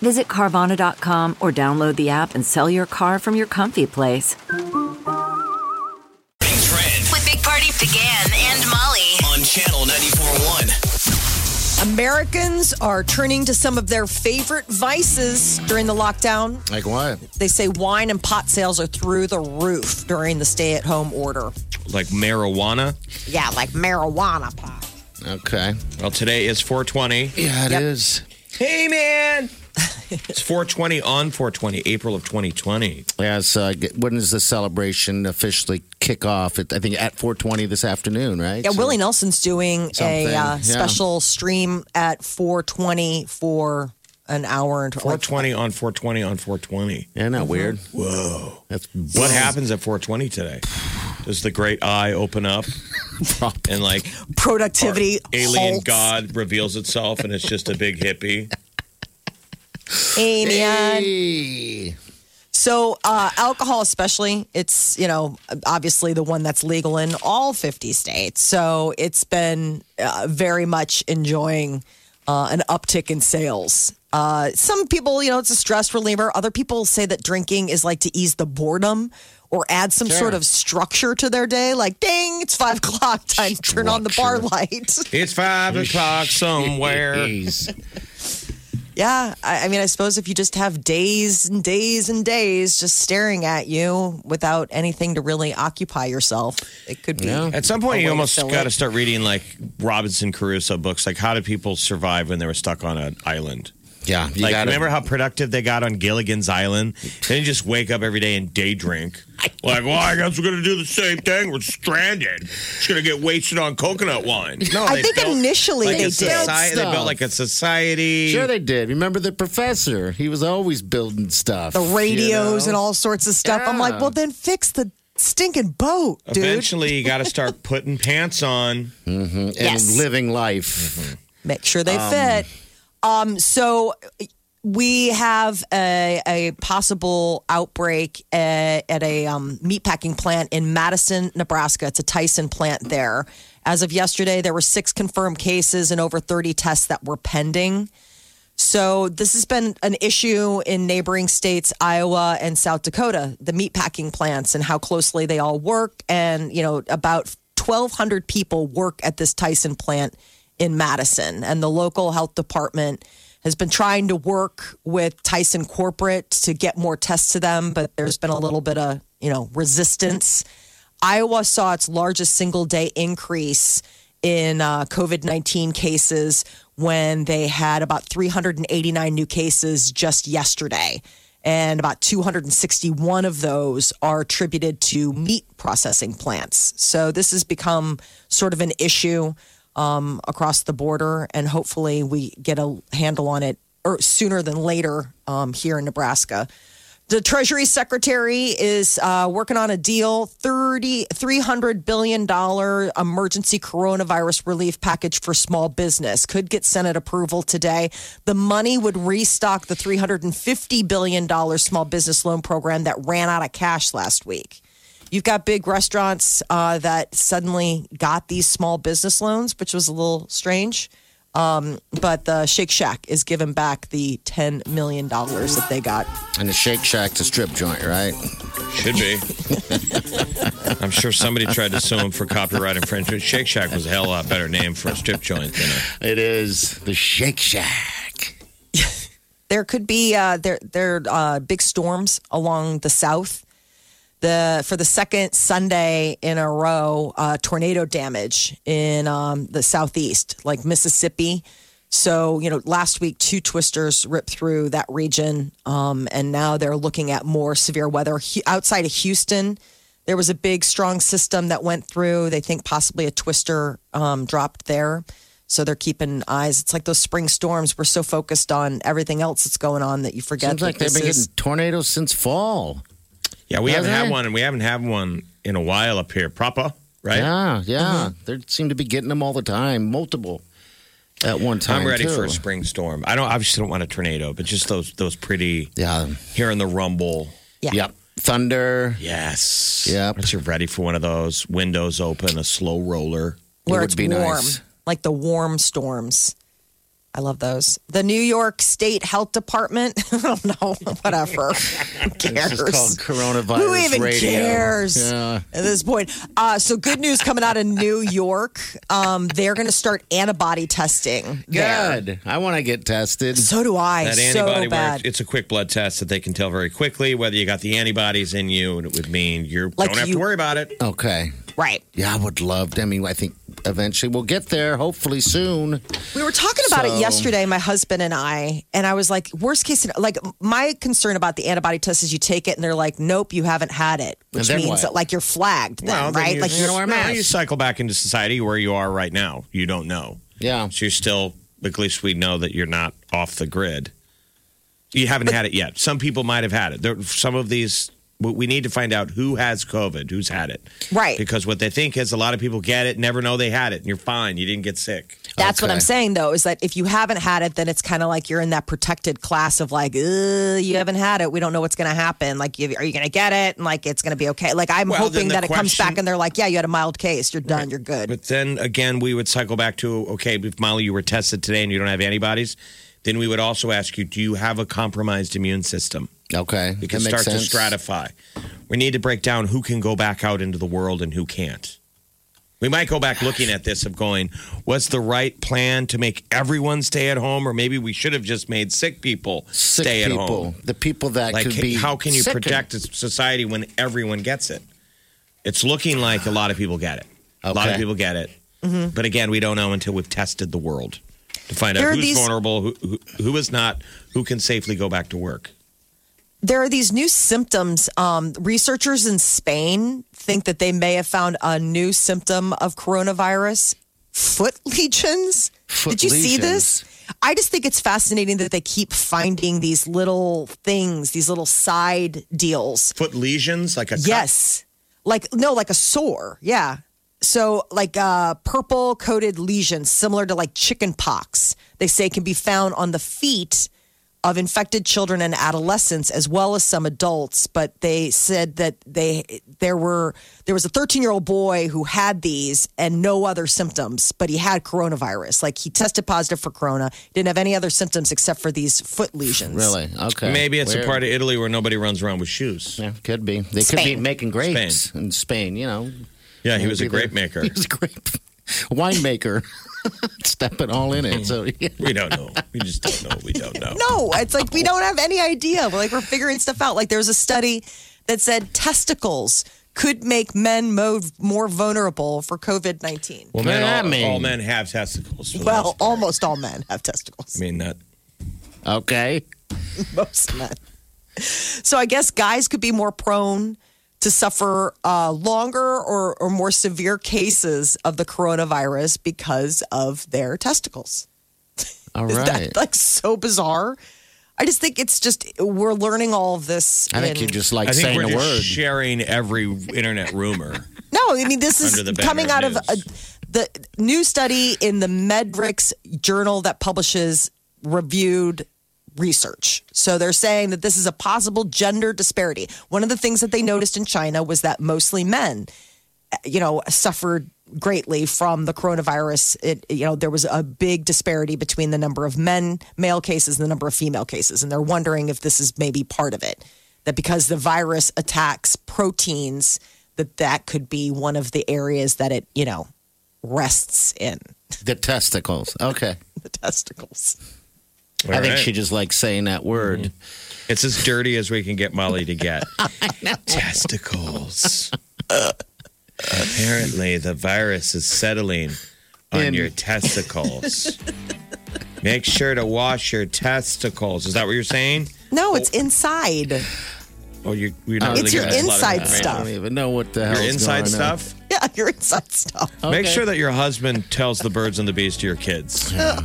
Speaker 8: Visit Carvana.com or download the app and sell your car from your comfy place.
Speaker 2: Morning Trend
Speaker 3: With Big Party began and Molly.
Speaker 2: on Channel 94.1.
Speaker 4: Americans are turning to some of their favorite vices during the lockdown.
Speaker 6: Like what?
Speaker 4: They say wine and pot sales are through the roof during the stay at home order.
Speaker 5: Like marijuana.
Speaker 4: Yeah, like marijuana pot.
Speaker 6: Okay.
Speaker 5: Well, today is 420.
Speaker 6: Yeah, it is.
Speaker 5: Hey, man. it's 420 on 420, April of 2020.
Speaker 6: Yeah, so I get- when does the celebration officially kick off? It, I think at 4:20 this afternoon, right?
Speaker 4: Yeah,
Speaker 6: So-
Speaker 4: Willie Nelson's doing
Speaker 6: Something,
Speaker 4: a uh,
Speaker 6: yeah.
Speaker 4: special stream at 420 for an hour and
Speaker 5: 420 on 420 on 420.
Speaker 6: Yeah, not weird. Whoa, that's
Speaker 5: What happens at 420 today? Does the great eye open <laughs> up and like
Speaker 4: productivity
Speaker 5: alien
Speaker 4: halts.
Speaker 5: god reveals itself and it's just a big hippie?
Speaker 4: Amen.
Speaker 6: Hey.
Speaker 4: So, uh, alcohol, especially, it's, you know, obviously the one that's legal in all 50 states. So, it's been uh, very much enjoying uh, an uptick in sales. Uh, some people, you know, it's a stress reliever. Other people say that drinking is like to ease the boredom or add some sort of structure to their day. Like, dang, it's five <laughs> o'clock time, turn on the bar light. <laughs>
Speaker 5: It's <laughs> five o'clock
Speaker 6: <laughs>
Speaker 5: somewhere.
Speaker 6: Jeez.
Speaker 4: Yeah, I, I mean, I suppose if you just have days and days and days just staring at you without anything to really occupy yourself, it could be.
Speaker 5: At some point,
Speaker 4: A way
Speaker 5: you
Speaker 4: to
Speaker 5: almost
Speaker 4: fill
Speaker 5: got to
Speaker 4: it.
Speaker 5: start reading like Robinson Crusoe books. Like, how did people survive when they were stuck on an island?
Speaker 6: Yeah, you
Speaker 5: like,
Speaker 6: gotta-
Speaker 5: remember how productive they got on Gilligan's Island? They didn't just wake up every day and day drink. Like, well, I guess we're going to do the same thing. We're stranded. Just going to get wasted on coconut wine. No,
Speaker 4: I
Speaker 5: they
Speaker 4: think
Speaker 5: Oh, built,
Speaker 4: initially
Speaker 5: like,
Speaker 4: they
Speaker 5: a
Speaker 4: did.
Speaker 5: soci- they built like a society.
Speaker 6: Sure, they did. Remember the professor? He was always building stuff.
Speaker 4: the radios
Speaker 6: you
Speaker 4: and
Speaker 6: know?
Speaker 4: all sorts of stuff. I'm like,
Speaker 6: Yeah.
Speaker 4: well, then fix the stinking boat, dude.
Speaker 5: Eventually, you got to
Speaker 6: <laughs>
Speaker 5: start putting pants on.
Speaker 6: and living life.
Speaker 4: Make sure they fit. Um, so we have a, a possible outbreak at, at a um, meatpacking plant in Madison, Nebraska. It's a Tyson plant there. As of yesterday, there were six confirmed cases and over 30 tests that were pending. So this has been an issue in neighboring states, Iowa and South Dakota, the meatpacking plants and how closely they all work. And, you know, about 1,200 people work at this Tyson plant in Madison. And the local health department has been trying to work with Tyson Corporate to get more tests to them, but there's been a little bit of, you know, resistance. Iowa saw its largest single day increase in uh, COVID 19 cases when they had about 389 new cases just yesterday. And about 261 of those are attributed to meat processing plants. So this has become sort of an issue um, across the border, and hopefully we get a handle on it or sooner than later um, here in Nebraska. The Treasury Secretary is uh, working on a deal, 30, $300 billion emergency coronavirus relief package for small business. Could get Senate approval today. The money would restock the $350 billion small business loan program that ran out of cash last week. You've got big restaurants uh, that suddenly got these small business loans, which was a little strange. Um, but the Shake Shack is giving back the $10 million that they got.
Speaker 6: And the Shake Shack's a strip joint, right?
Speaker 5: Should be. I'm sure somebody tried to sue him for copyright infringement. Shake Shack was a hell of a lot better name for a strip joint than a
Speaker 6: It is the Shake Shack.
Speaker 4: there could be uh, there there uh, big storms along the south. The for the second Sunday in a row, uh, tornado damage in um, the southeast, like Mississippi. So, you know, last week, two twisters ripped through that region, um, and now they're looking at more severe weather. Hu- outside of Houston, there was a big, strong system that went through. They think possibly a twister um, dropped there. So they're keeping eyes. It's like those spring storms. We're so focused on everything else that's going on that you forget.
Speaker 6: Seems
Speaker 4: that
Speaker 6: like they've
Speaker 4: this
Speaker 6: been
Speaker 4: is-
Speaker 6: getting tornadoes since fall.
Speaker 5: Yeah, we haven't had
Speaker 6: Hasn't it?
Speaker 5: one, and we haven't had one in a while up here. Proper, right?
Speaker 6: Yeah, yeah.
Speaker 4: Mm-hmm.
Speaker 6: They seem to be getting them all the time, multiple at one time.
Speaker 5: I'm ready
Speaker 6: too.
Speaker 5: for a spring storm. I don't obviously don't want a tornado, but just those those pretty
Speaker 6: Yeah.
Speaker 5: hearing the rumble.
Speaker 4: Yeah.
Speaker 6: Yep. Thunder.
Speaker 5: Yes.
Speaker 6: Yep.
Speaker 5: Once you're ready for one of those, windows open, a slow roller.
Speaker 4: where
Speaker 6: would
Speaker 4: it's
Speaker 6: be
Speaker 4: warm,
Speaker 6: nice.
Speaker 4: like the warm storms. I love those. The New York State Health Department. <laughs> I don't know.
Speaker 6: <laughs>
Speaker 4: Whatever. Who
Speaker 6: This is called
Speaker 4: cares?
Speaker 6: coronavirus
Speaker 4: Who even
Speaker 6: radio.
Speaker 4: cares
Speaker 6: Yeah.
Speaker 4: at this point? Uh, so, good news coming out of New York. Um, they're going to start antibody testing. There.
Speaker 6: Good. I want to get tested.
Speaker 4: So do I.
Speaker 5: That antibody
Speaker 4: so bad.
Speaker 5: works. It's a quick blood test that they can tell very quickly whether you got the antibodies in you, and it would mean you
Speaker 4: Like
Speaker 5: don't have
Speaker 4: you-
Speaker 5: to worry about it.
Speaker 6: Okay.
Speaker 4: right.
Speaker 6: Yeah, I would love to. I mean, I think eventually we'll get there, hopefully soon.
Speaker 4: We were talking about it
Speaker 6: So-
Speaker 4: yesterday, my husband and I, and I was like, worst case, scenario- like my concern about the antibody test is you take it and they're like, nope, you haven't had it, which
Speaker 6: And then
Speaker 4: means
Speaker 6: what?
Speaker 4: that like you're flagged, then,
Speaker 5: Well, then
Speaker 4: right?
Speaker 5: you-
Speaker 4: like
Speaker 5: no, you cycle back into society where you are right now. You don't know.
Speaker 6: Yeah.
Speaker 5: So you're still, at least we know that you're not off the grid. You haven't had it yet. Some people might have had it. There, some of these, we- we need to find out who has COVID, who's had it.
Speaker 4: Right.
Speaker 5: Because what they think is a lot of people get it, never know they had it, and you're fine. You didn't get sick.
Speaker 4: That's what
Speaker 6: Okay.
Speaker 4: I'm saying though, is that if you haven't had it, then it's kind of like you're in that protected class of like, "Ugh, you haven't had it. We don't know what's going to happen. Like, you, are you going to get it? And like, it's going to be okay. Like, I'm
Speaker 5: Well,
Speaker 4: hoping
Speaker 5: then the
Speaker 4: that it comes
Speaker 5: question-
Speaker 4: back and they're like, yeah, you had a mild case. You're done. You're good.
Speaker 5: But then again, we would cycle back to okay, if Molly, you were tested today and you don't have antibodies, then we would also ask you, do you have a compromised immune system?
Speaker 6: Okay.
Speaker 5: We can
Speaker 6: that
Speaker 5: start
Speaker 6: makes
Speaker 5: to stratify. We need to break down who can go back out into the world and who can't. We might go back looking at this of going, what's the right plan to make everyone stay at home? Or maybe we should have just made sick people
Speaker 6: Sick
Speaker 5: stay at
Speaker 6: people,
Speaker 5: home.
Speaker 6: the people that
Speaker 5: Like,
Speaker 6: could be.
Speaker 5: how can you
Speaker 6: sickened.
Speaker 5: protect society when everyone gets it? It's looking like a lot of people get it. A lot of
Speaker 6: Okay.
Speaker 5: people get it. But again, we don't know until we've tested the world to
Speaker 4: Mm-hmm.
Speaker 5: find
Speaker 4: There
Speaker 5: out
Speaker 4: are
Speaker 5: who's
Speaker 4: these-
Speaker 5: vulnerable, who, who, who is not, who can safely go back to work.
Speaker 4: there are these new symptoms. Um, researchers in Spain think that they may have found a new symptom of coronavirus foot <laughs> legions.
Speaker 6: Foot
Speaker 4: Did you see
Speaker 6: lesions.
Speaker 4: this? I just think it's fascinating that they keep finding these little things, these little side deals.
Speaker 5: Foot lesions, like a cut?
Speaker 4: Yes. Like no, like a sore. Yeah. So like uh purple coated lesions similar to like chicken pox, they say can be found on the feet of infected children and adolescents as well as some adults, but they said that they there were there was a 13-year-old boy who had these and no other symptoms, but he had coronavirus. Like he tested positive for corona, didn't have any other symptoms except for these foot lesions.
Speaker 6: Really? Okay.
Speaker 5: Maybe it's
Speaker 6: Weird.
Speaker 5: a part of Italy where nobody runs around with shoes.
Speaker 6: Yeah, could be. They could be
Speaker 4: Spain.
Speaker 6: making grapes in Spain, you know.
Speaker 5: Yeah, he was a
Speaker 6: Maybe
Speaker 5: grape maker.
Speaker 6: they're- <laughs> He was a grape winemaker. <laughs> Stepping all in it.
Speaker 5: <laughs>
Speaker 6: So, yeah.
Speaker 5: We don't know. We just don't know. We don't know.
Speaker 4: <laughs> No, it's like we don't have any idea. We're like we're figuring stuff out. Like there was a study that said testicles could make men mo- more vulnerable for COVID nineteen.
Speaker 5: Well, men,
Speaker 6: What does that
Speaker 5: all,
Speaker 6: mean?
Speaker 5: all men have testicles. for the
Speaker 4: Well,
Speaker 5: most part.
Speaker 4: almost all men have testicles.
Speaker 5: I mean that.
Speaker 6: Okay.
Speaker 4: Most men. So I guess guys could be more prone to suffer uh, longer or, or more severe cases of the coronavirus because of their testicles.
Speaker 6: All
Speaker 4: Is
Speaker 6: right.
Speaker 4: that like so bizarre? I just think it's just we're learning all of this.
Speaker 6: I think
Speaker 4: in-
Speaker 6: you just
Speaker 5: I
Speaker 6: like
Speaker 5: think
Speaker 6: saying
Speaker 5: we're
Speaker 6: a
Speaker 5: just
Speaker 6: word.
Speaker 5: sharing every internet rumor.
Speaker 4: No, I mean this is
Speaker 5: Under the banner
Speaker 4: coming
Speaker 5: of
Speaker 4: out of a,
Speaker 5: news.
Speaker 4: the new study in the Medrix journal that publishes reviewed research. So they're saying that this is a possible gender disparity. One of the things that they noticed in China was that mostly men, you know, suffered greatly from the coronavirus. It, you know, there was a big disparity between the number of men male cases and the number of female cases, and they're wondering if this is maybe part of it. That because the virus attacks proteins, that that could be one of the areas that it, you know, rests in <laughs>
Speaker 6: The testicles. Okay.
Speaker 4: the testicles.
Speaker 6: I think
Speaker 5: right. Mm-hmm.
Speaker 6: she just likes saying that word.
Speaker 5: It's as dirty as we can get Molly
Speaker 4: <laughs>
Speaker 5: to get. Testicles. Apparently, the virus is settling on
Speaker 6: In-
Speaker 5: your testicles. Make sure to wash your testicles. Is that what you're saying?
Speaker 4: No, it's inside.
Speaker 5: Or you, you're not
Speaker 4: It's
Speaker 5: really
Speaker 4: your
Speaker 5: giving us a lot
Speaker 4: inside
Speaker 5: of information.
Speaker 6: I
Speaker 4: stuff.
Speaker 6: don't even know what the hell.
Speaker 5: Your inside stuff.
Speaker 4: <laughs> Yeah, your inside stuff. <laughs>
Speaker 5: Make sure that your husband tells the birds and the bees to your kids.
Speaker 4: Oh,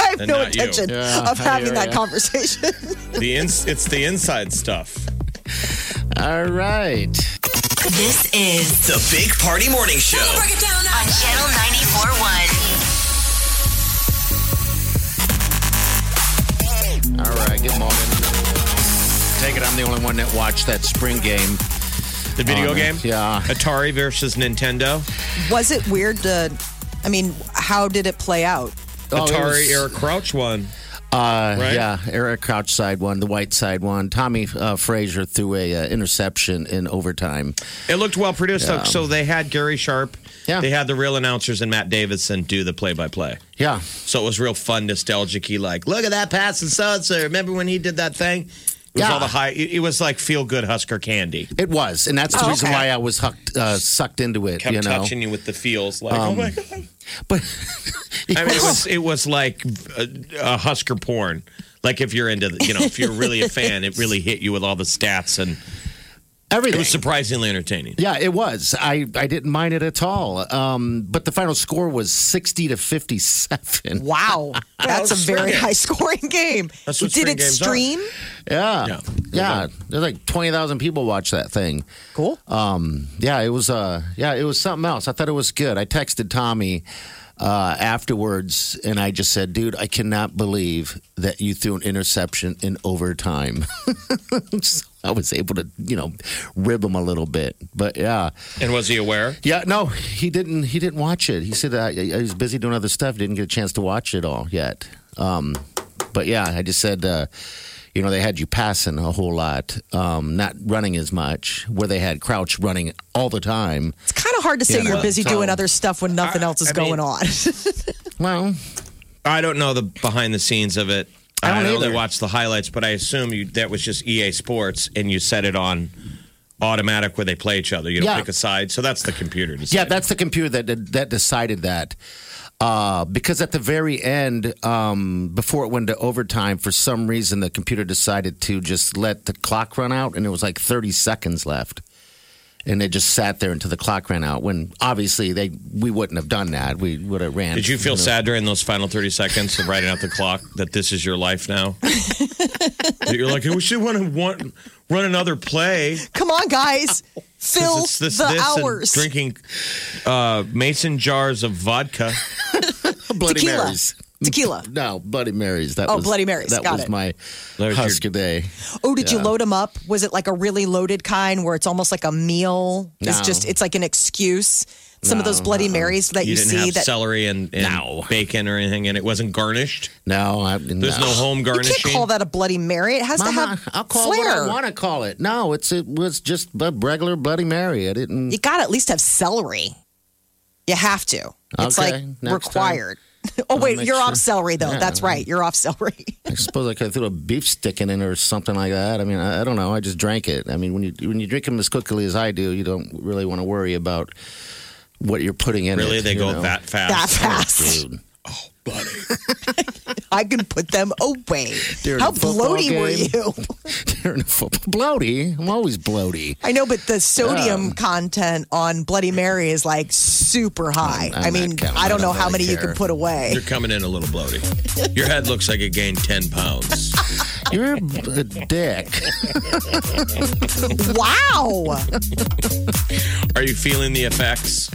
Speaker 4: I have
Speaker 5: And
Speaker 4: no
Speaker 5: not you.
Speaker 4: intention
Speaker 6: Yeah,
Speaker 4: of
Speaker 6: I
Speaker 4: having
Speaker 6: hear
Speaker 4: that
Speaker 6: ya.
Speaker 4: conversation.
Speaker 5: The ins- it's the inside stuff.
Speaker 6: All right.
Speaker 3: This is
Speaker 2: The Big Party Morning Show.
Speaker 3: on Channel 94.1.
Speaker 6: All right. Good morning. Take it. I'm the only one that watched that spring game.
Speaker 5: The video
Speaker 6: Oh,
Speaker 5: game.
Speaker 6: yeah.
Speaker 5: Atari versus Nintendo.
Speaker 4: <laughs> Was it weird to? I mean, how did it play out?
Speaker 6: Oh, it
Speaker 5: Atari
Speaker 6: was-
Speaker 5: Eric Crouch won.
Speaker 6: Uh,
Speaker 5: Right?
Speaker 6: Yeah, Eric Crouch side one, the white side one. Tommy uh, Frazier threw a uh, interception in overtime.
Speaker 5: It looked well produced, though. So they had Gary Sharp.
Speaker 6: Yeah.
Speaker 5: They had the real announcers and Matt Davidson do the play by play.
Speaker 6: Yeah,
Speaker 5: So it was real fun, nostalgic. He like, look at that pass and so and so. Remember when he did that thing? It was
Speaker 6: Yeah.
Speaker 5: all the high. It, it was like feel good Husker candy.
Speaker 6: it was, and that's the reason why I was hucked, uh, sucked into it.
Speaker 5: Kept
Speaker 6: you know, Um,
Speaker 5: touching you with the feels, like oh my god.
Speaker 6: but
Speaker 5: I mean, it was it was like a, a Husker porn. Like if you're into, the, you know, if you're really a fan, it really hit you with all the stats, and it
Speaker 6: everything. <laughs>
Speaker 5: was surprisingly entertaining.
Speaker 6: yeah, it was. I, I didn't mind it at all. Um, but the final score was sixty to fifty
Speaker 5: <laughs>
Speaker 6: seven.
Speaker 4: Wow, that's a
Speaker 5: spring
Speaker 4: very
Speaker 5: game.
Speaker 4: high <laughs> scoring game.
Speaker 5: That's what
Speaker 4: did
Speaker 5: spring
Speaker 4: it
Speaker 5: games are.
Speaker 4: stream?
Speaker 6: Yeah,
Speaker 5: Yeah.
Speaker 6: yeah. There's like twenty thousand people watch that thing.
Speaker 4: Cool.
Speaker 6: um yeah it was uh yeah it was something else i thought it was good i texted tommy uh afterwards and i just said dude i cannot believe that you threw an interception in overtime <laughs> So i was able to you know rib him a little bit but yeah
Speaker 5: And was he aware?
Speaker 6: yeah no he didn't he didn't watch it he said uh, he was busy doing other stuff didn't get a chance to watch it all yet um but yeah i just said uh you know, they had you passing a whole lot, um, not running as much, where they had Crouch running all the time.
Speaker 4: It's kind of hard to say
Speaker 6: Yeah,
Speaker 4: you're busy
Speaker 6: so-
Speaker 4: doing other stuff when nothing
Speaker 5: I-
Speaker 4: else is
Speaker 5: I
Speaker 4: going
Speaker 5: mean-
Speaker 4: on. <laughs>
Speaker 6: Well,
Speaker 5: I don't know the behind the scenes of it.
Speaker 6: I don't
Speaker 5: only
Speaker 6: either.
Speaker 5: watched the highlights, but I assume you that was just EA Sports, and you set it on automatic where they play each other. You don't
Speaker 6: Yeah.
Speaker 5: pick a side, so that's the computer. Deciding.
Speaker 6: yeah, that's the computer that that, that decided that. Uh, because at the very end, um, before it went to overtime, for some reason the computer decided to just let the clock run out, and it was like 30 seconds left, and they just sat there until the clock ran out. When obviously they we wouldn't have done that; we would have ran.
Speaker 5: Did you feel
Speaker 6: know.
Speaker 5: sad during those final 30 seconds of writing out the clock that this is your life
Speaker 6: <laughs>
Speaker 5: now? That you're like, we should want to want, run another play. 'cause
Speaker 4: Come on, guys,
Speaker 5: <laughs>
Speaker 4: fill
Speaker 5: it's this,
Speaker 4: the
Speaker 5: this, and
Speaker 4: hours.
Speaker 5: drinking uh, mason jars of vodka.
Speaker 6: Bloody
Speaker 4: Tequila.
Speaker 6: Marys?
Speaker 4: Tequila.
Speaker 6: No, Bloody Marys. That
Speaker 4: Oh,
Speaker 6: was,
Speaker 4: Bloody Marys.
Speaker 6: That
Speaker 4: Got
Speaker 6: was
Speaker 4: it.
Speaker 6: my
Speaker 5: There's your-
Speaker 6: Husker day.
Speaker 4: Oh, did you load them up? Was it like a really loaded kind where it's almost like a meal? It's
Speaker 6: No.
Speaker 4: just it's like an excuse. Some of those Bloody Marys that you,
Speaker 5: uh-uh. You, didn't
Speaker 4: see
Speaker 5: have
Speaker 4: that
Speaker 5: celery and, and bacon or anything, and it wasn't garnished.
Speaker 6: No, I,
Speaker 5: There's no, home
Speaker 4: you
Speaker 5: garnishing.
Speaker 4: can't call that a Bloody Mary. It has to
Speaker 6: Mama,
Speaker 4: have
Speaker 6: I'll call
Speaker 4: flair.
Speaker 6: what I want to call it. No, it's it was just a regular Bloody Mary. I didn't.
Speaker 4: You got to at least have celery. You have to. It's
Speaker 6: Okay,
Speaker 4: like
Speaker 6: next
Speaker 4: required. <laughs> oh wait,
Speaker 6: make
Speaker 4: you're off
Speaker 6: sure.
Speaker 4: celery though.
Speaker 6: Yeah,
Speaker 4: That's right. You're off celery. <laughs>
Speaker 6: I suppose I could have threw a beef stick in it or something like that. I mean, I, I don't know. I just drank it. I mean, when you when you drink them as quickly as I do, you don't really want to worry about what you're putting in.
Speaker 5: really,
Speaker 6: it,
Speaker 5: they
Speaker 6: you
Speaker 5: go
Speaker 6: know?
Speaker 5: that
Speaker 4: that
Speaker 5: fast.
Speaker 4: fast.
Speaker 6: Dude.
Speaker 4: <laughs> I can put them away.
Speaker 6: During
Speaker 4: How
Speaker 6: a football
Speaker 4: bloaty were
Speaker 6: game.
Speaker 4: you?
Speaker 6: During a football- bloaty. I'm always bloaty.
Speaker 4: I know, but the sodium content on Bloody Mary is like super high.
Speaker 6: I'm
Speaker 4: I mean,
Speaker 6: not counting.
Speaker 4: I don't
Speaker 6: I
Speaker 4: know
Speaker 6: don't
Speaker 4: how many
Speaker 6: really
Speaker 4: you can
Speaker 6: care.
Speaker 4: put away.
Speaker 6: <laughs>
Speaker 5: You're coming in a little bloated. Your head looks like it gained 10 pounds.
Speaker 6: You're a dick.
Speaker 4: wow.
Speaker 5: Are you feeling the effects?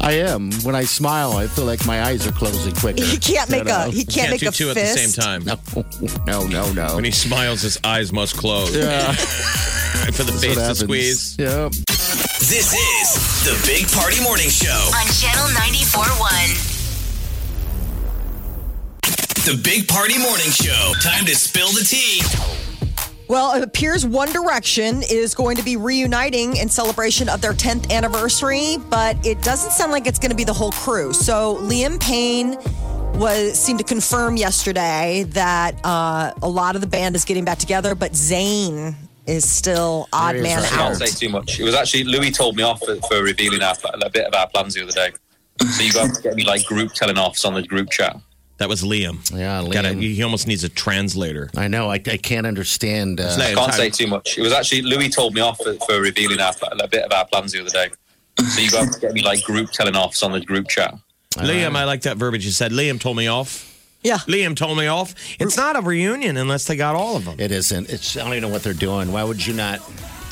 Speaker 6: I am. When I smile, I feel like my eyes are closing quicker.
Speaker 4: He can't make a he can't
Speaker 5: Can't
Speaker 4: make
Speaker 5: do
Speaker 4: a
Speaker 5: two
Speaker 4: fist.
Speaker 5: at the same time.
Speaker 6: No, no, no.
Speaker 5: When he smiles, his eyes must close. <laughs> Yeah. For the face
Speaker 6: What
Speaker 5: to
Speaker 6: happens?
Speaker 5: squeeze.
Speaker 6: Yep.
Speaker 2: This is The Big Party Morning Show.
Speaker 3: On Channel 94.1.
Speaker 2: The Big Party Morning Show. Time to spill the tea.
Speaker 4: Well, it appears One Direction is going to be reuniting in celebration of their 10th anniversary, but it doesn't sound like it's going to be the whole crew. So Liam Payne was seemed to confirm yesterday that uh, a lot of the band is getting back together, but Zayn is still odd
Speaker 6: There he is
Speaker 4: man
Speaker 6: right
Speaker 9: can't
Speaker 4: out.
Speaker 9: say too much. It was actually Louis told me off for, for revealing our, a bit of our plans the other day. So you guys get me like group telling offs on the group chat.
Speaker 5: That was Liam.
Speaker 6: Yeah, Liam.
Speaker 5: Gotta- he almost needs a translator.
Speaker 6: I know. I, I can't understand. Uh,
Speaker 5: Like,
Speaker 9: Can't
Speaker 5: I-
Speaker 9: say too much. It was actually Louis told me off for, for revealing our, a bit of our plans the other day. So you guys get me like group telling offs on the group chat.
Speaker 5: Liam, I like that verbiage you said. Liam told me off.
Speaker 4: Yeah.
Speaker 5: Liam told me off. It's not a reunion unless they got all of them.
Speaker 6: it isn't. It's. I don't even know what they're doing. Why would you not?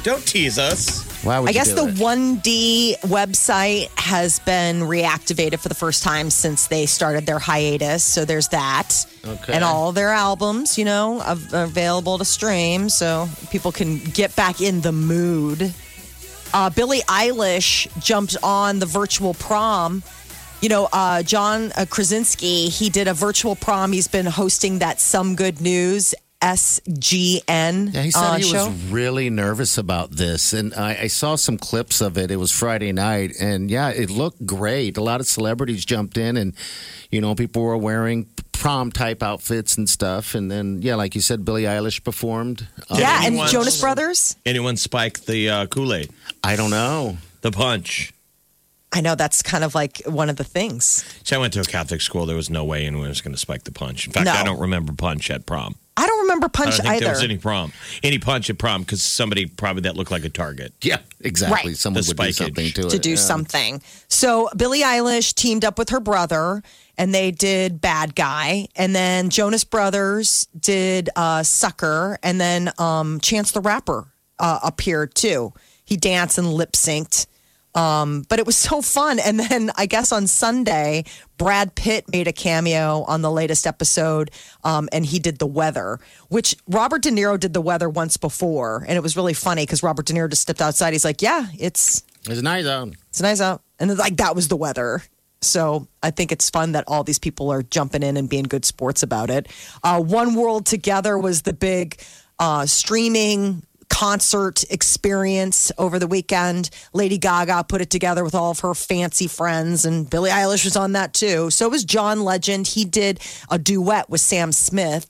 Speaker 5: Don't tease us.
Speaker 6: Why would
Speaker 4: I
Speaker 6: you
Speaker 4: guess
Speaker 6: do
Speaker 4: the
Speaker 6: it?
Speaker 4: 1D website has been reactivated for the first time since they started their hiatus. So there's that.
Speaker 6: Okay.
Speaker 4: And all their albums, you know, av- available to stream so people can get back in the mood. Uh, Billie Eilish jumped on the virtual prom. You know, uh, John uh, Krasinski, he did a virtual prom. He's been hosting that Some Good News SGN
Speaker 6: Yeah, he said
Speaker 4: uh,
Speaker 6: he
Speaker 4: show.
Speaker 6: was really nervous about this, and I, I saw some clips of it. It was Friday night, and yeah, it looked great. A lot of celebrities jumped in, and you know, people were wearing prom type outfits and stuff. And then, yeah, like you said, Billie Eilish performed. Um,
Speaker 4: yeah,
Speaker 5: he
Speaker 4: and
Speaker 5: was-
Speaker 4: Jonas Brothers.
Speaker 5: Anyone spike the uh, Kool Aid,
Speaker 6: I don't know.
Speaker 5: the punch?
Speaker 4: I know that's kind of like one of the things.
Speaker 5: So I went to a Catholic school. There was no way anyone was going to spike the punch. In fact,
Speaker 4: No.
Speaker 5: I don't remember punch at prom.
Speaker 4: I don't remember
Speaker 5: I
Speaker 4: punch
Speaker 5: don't think
Speaker 4: either.
Speaker 5: there was any prom, any punch at prom, because somebody probably that looked like a target.
Speaker 6: Yeah, exactly.
Speaker 4: Right.
Speaker 6: Someone
Speaker 5: The
Speaker 6: would do
Speaker 5: spikage.
Speaker 6: something to,
Speaker 4: to
Speaker 6: it.
Speaker 4: do
Speaker 6: yeah.
Speaker 4: something. So Billie Eilish teamed up with her brother and they did Bad Guy. And then Jonas Brothers did uh, Sucker. And then um, Chance the Rapper uh, appeared too. He danced and lip synced. Um, but it was <laughs> so fun. And then I guess on Sunday, Brad Pitt made a cameo on the latest episode um, and he did the weather, which Robert De Niro did the weather once before. And it was really funny because Robert De Niro just stepped outside. He's like, Yeah, it's
Speaker 6: It's nice. Um,
Speaker 4: it's nice out. And it's like that was the weather. So I think it's fun that all these people are jumping in and being good sports about it. Uh, One World Together was the big uh, streaming concert experience over the weekend. Lady Gaga put it together with all of her fancy friends, and Billie Eilish was on that too. So was John Legend. He did a duet with Sam Smith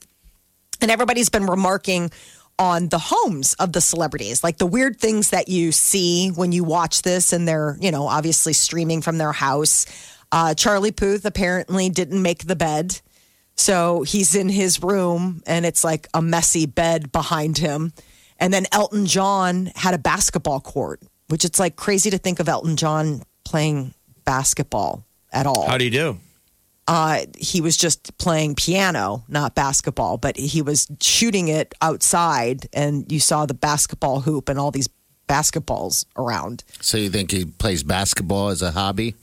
Speaker 4: and everybody's been remarking on the homes of the celebrities like the weird things that you see when you watch this and they're you know obviously streaming from their house uh, charlie puth apparently didn't make the bed so he's in his room and it's like a messy bed behind him and then elton john had a basketball court which it's like crazy to think of elton john playing basketball at all
Speaker 5: How do you do?
Speaker 4: uh, he was just playing piano, not basketball, but he was shooting it outside, and you saw the basketball hoop and all these basketballs around.
Speaker 6: so you think he plays basketball as a hobby?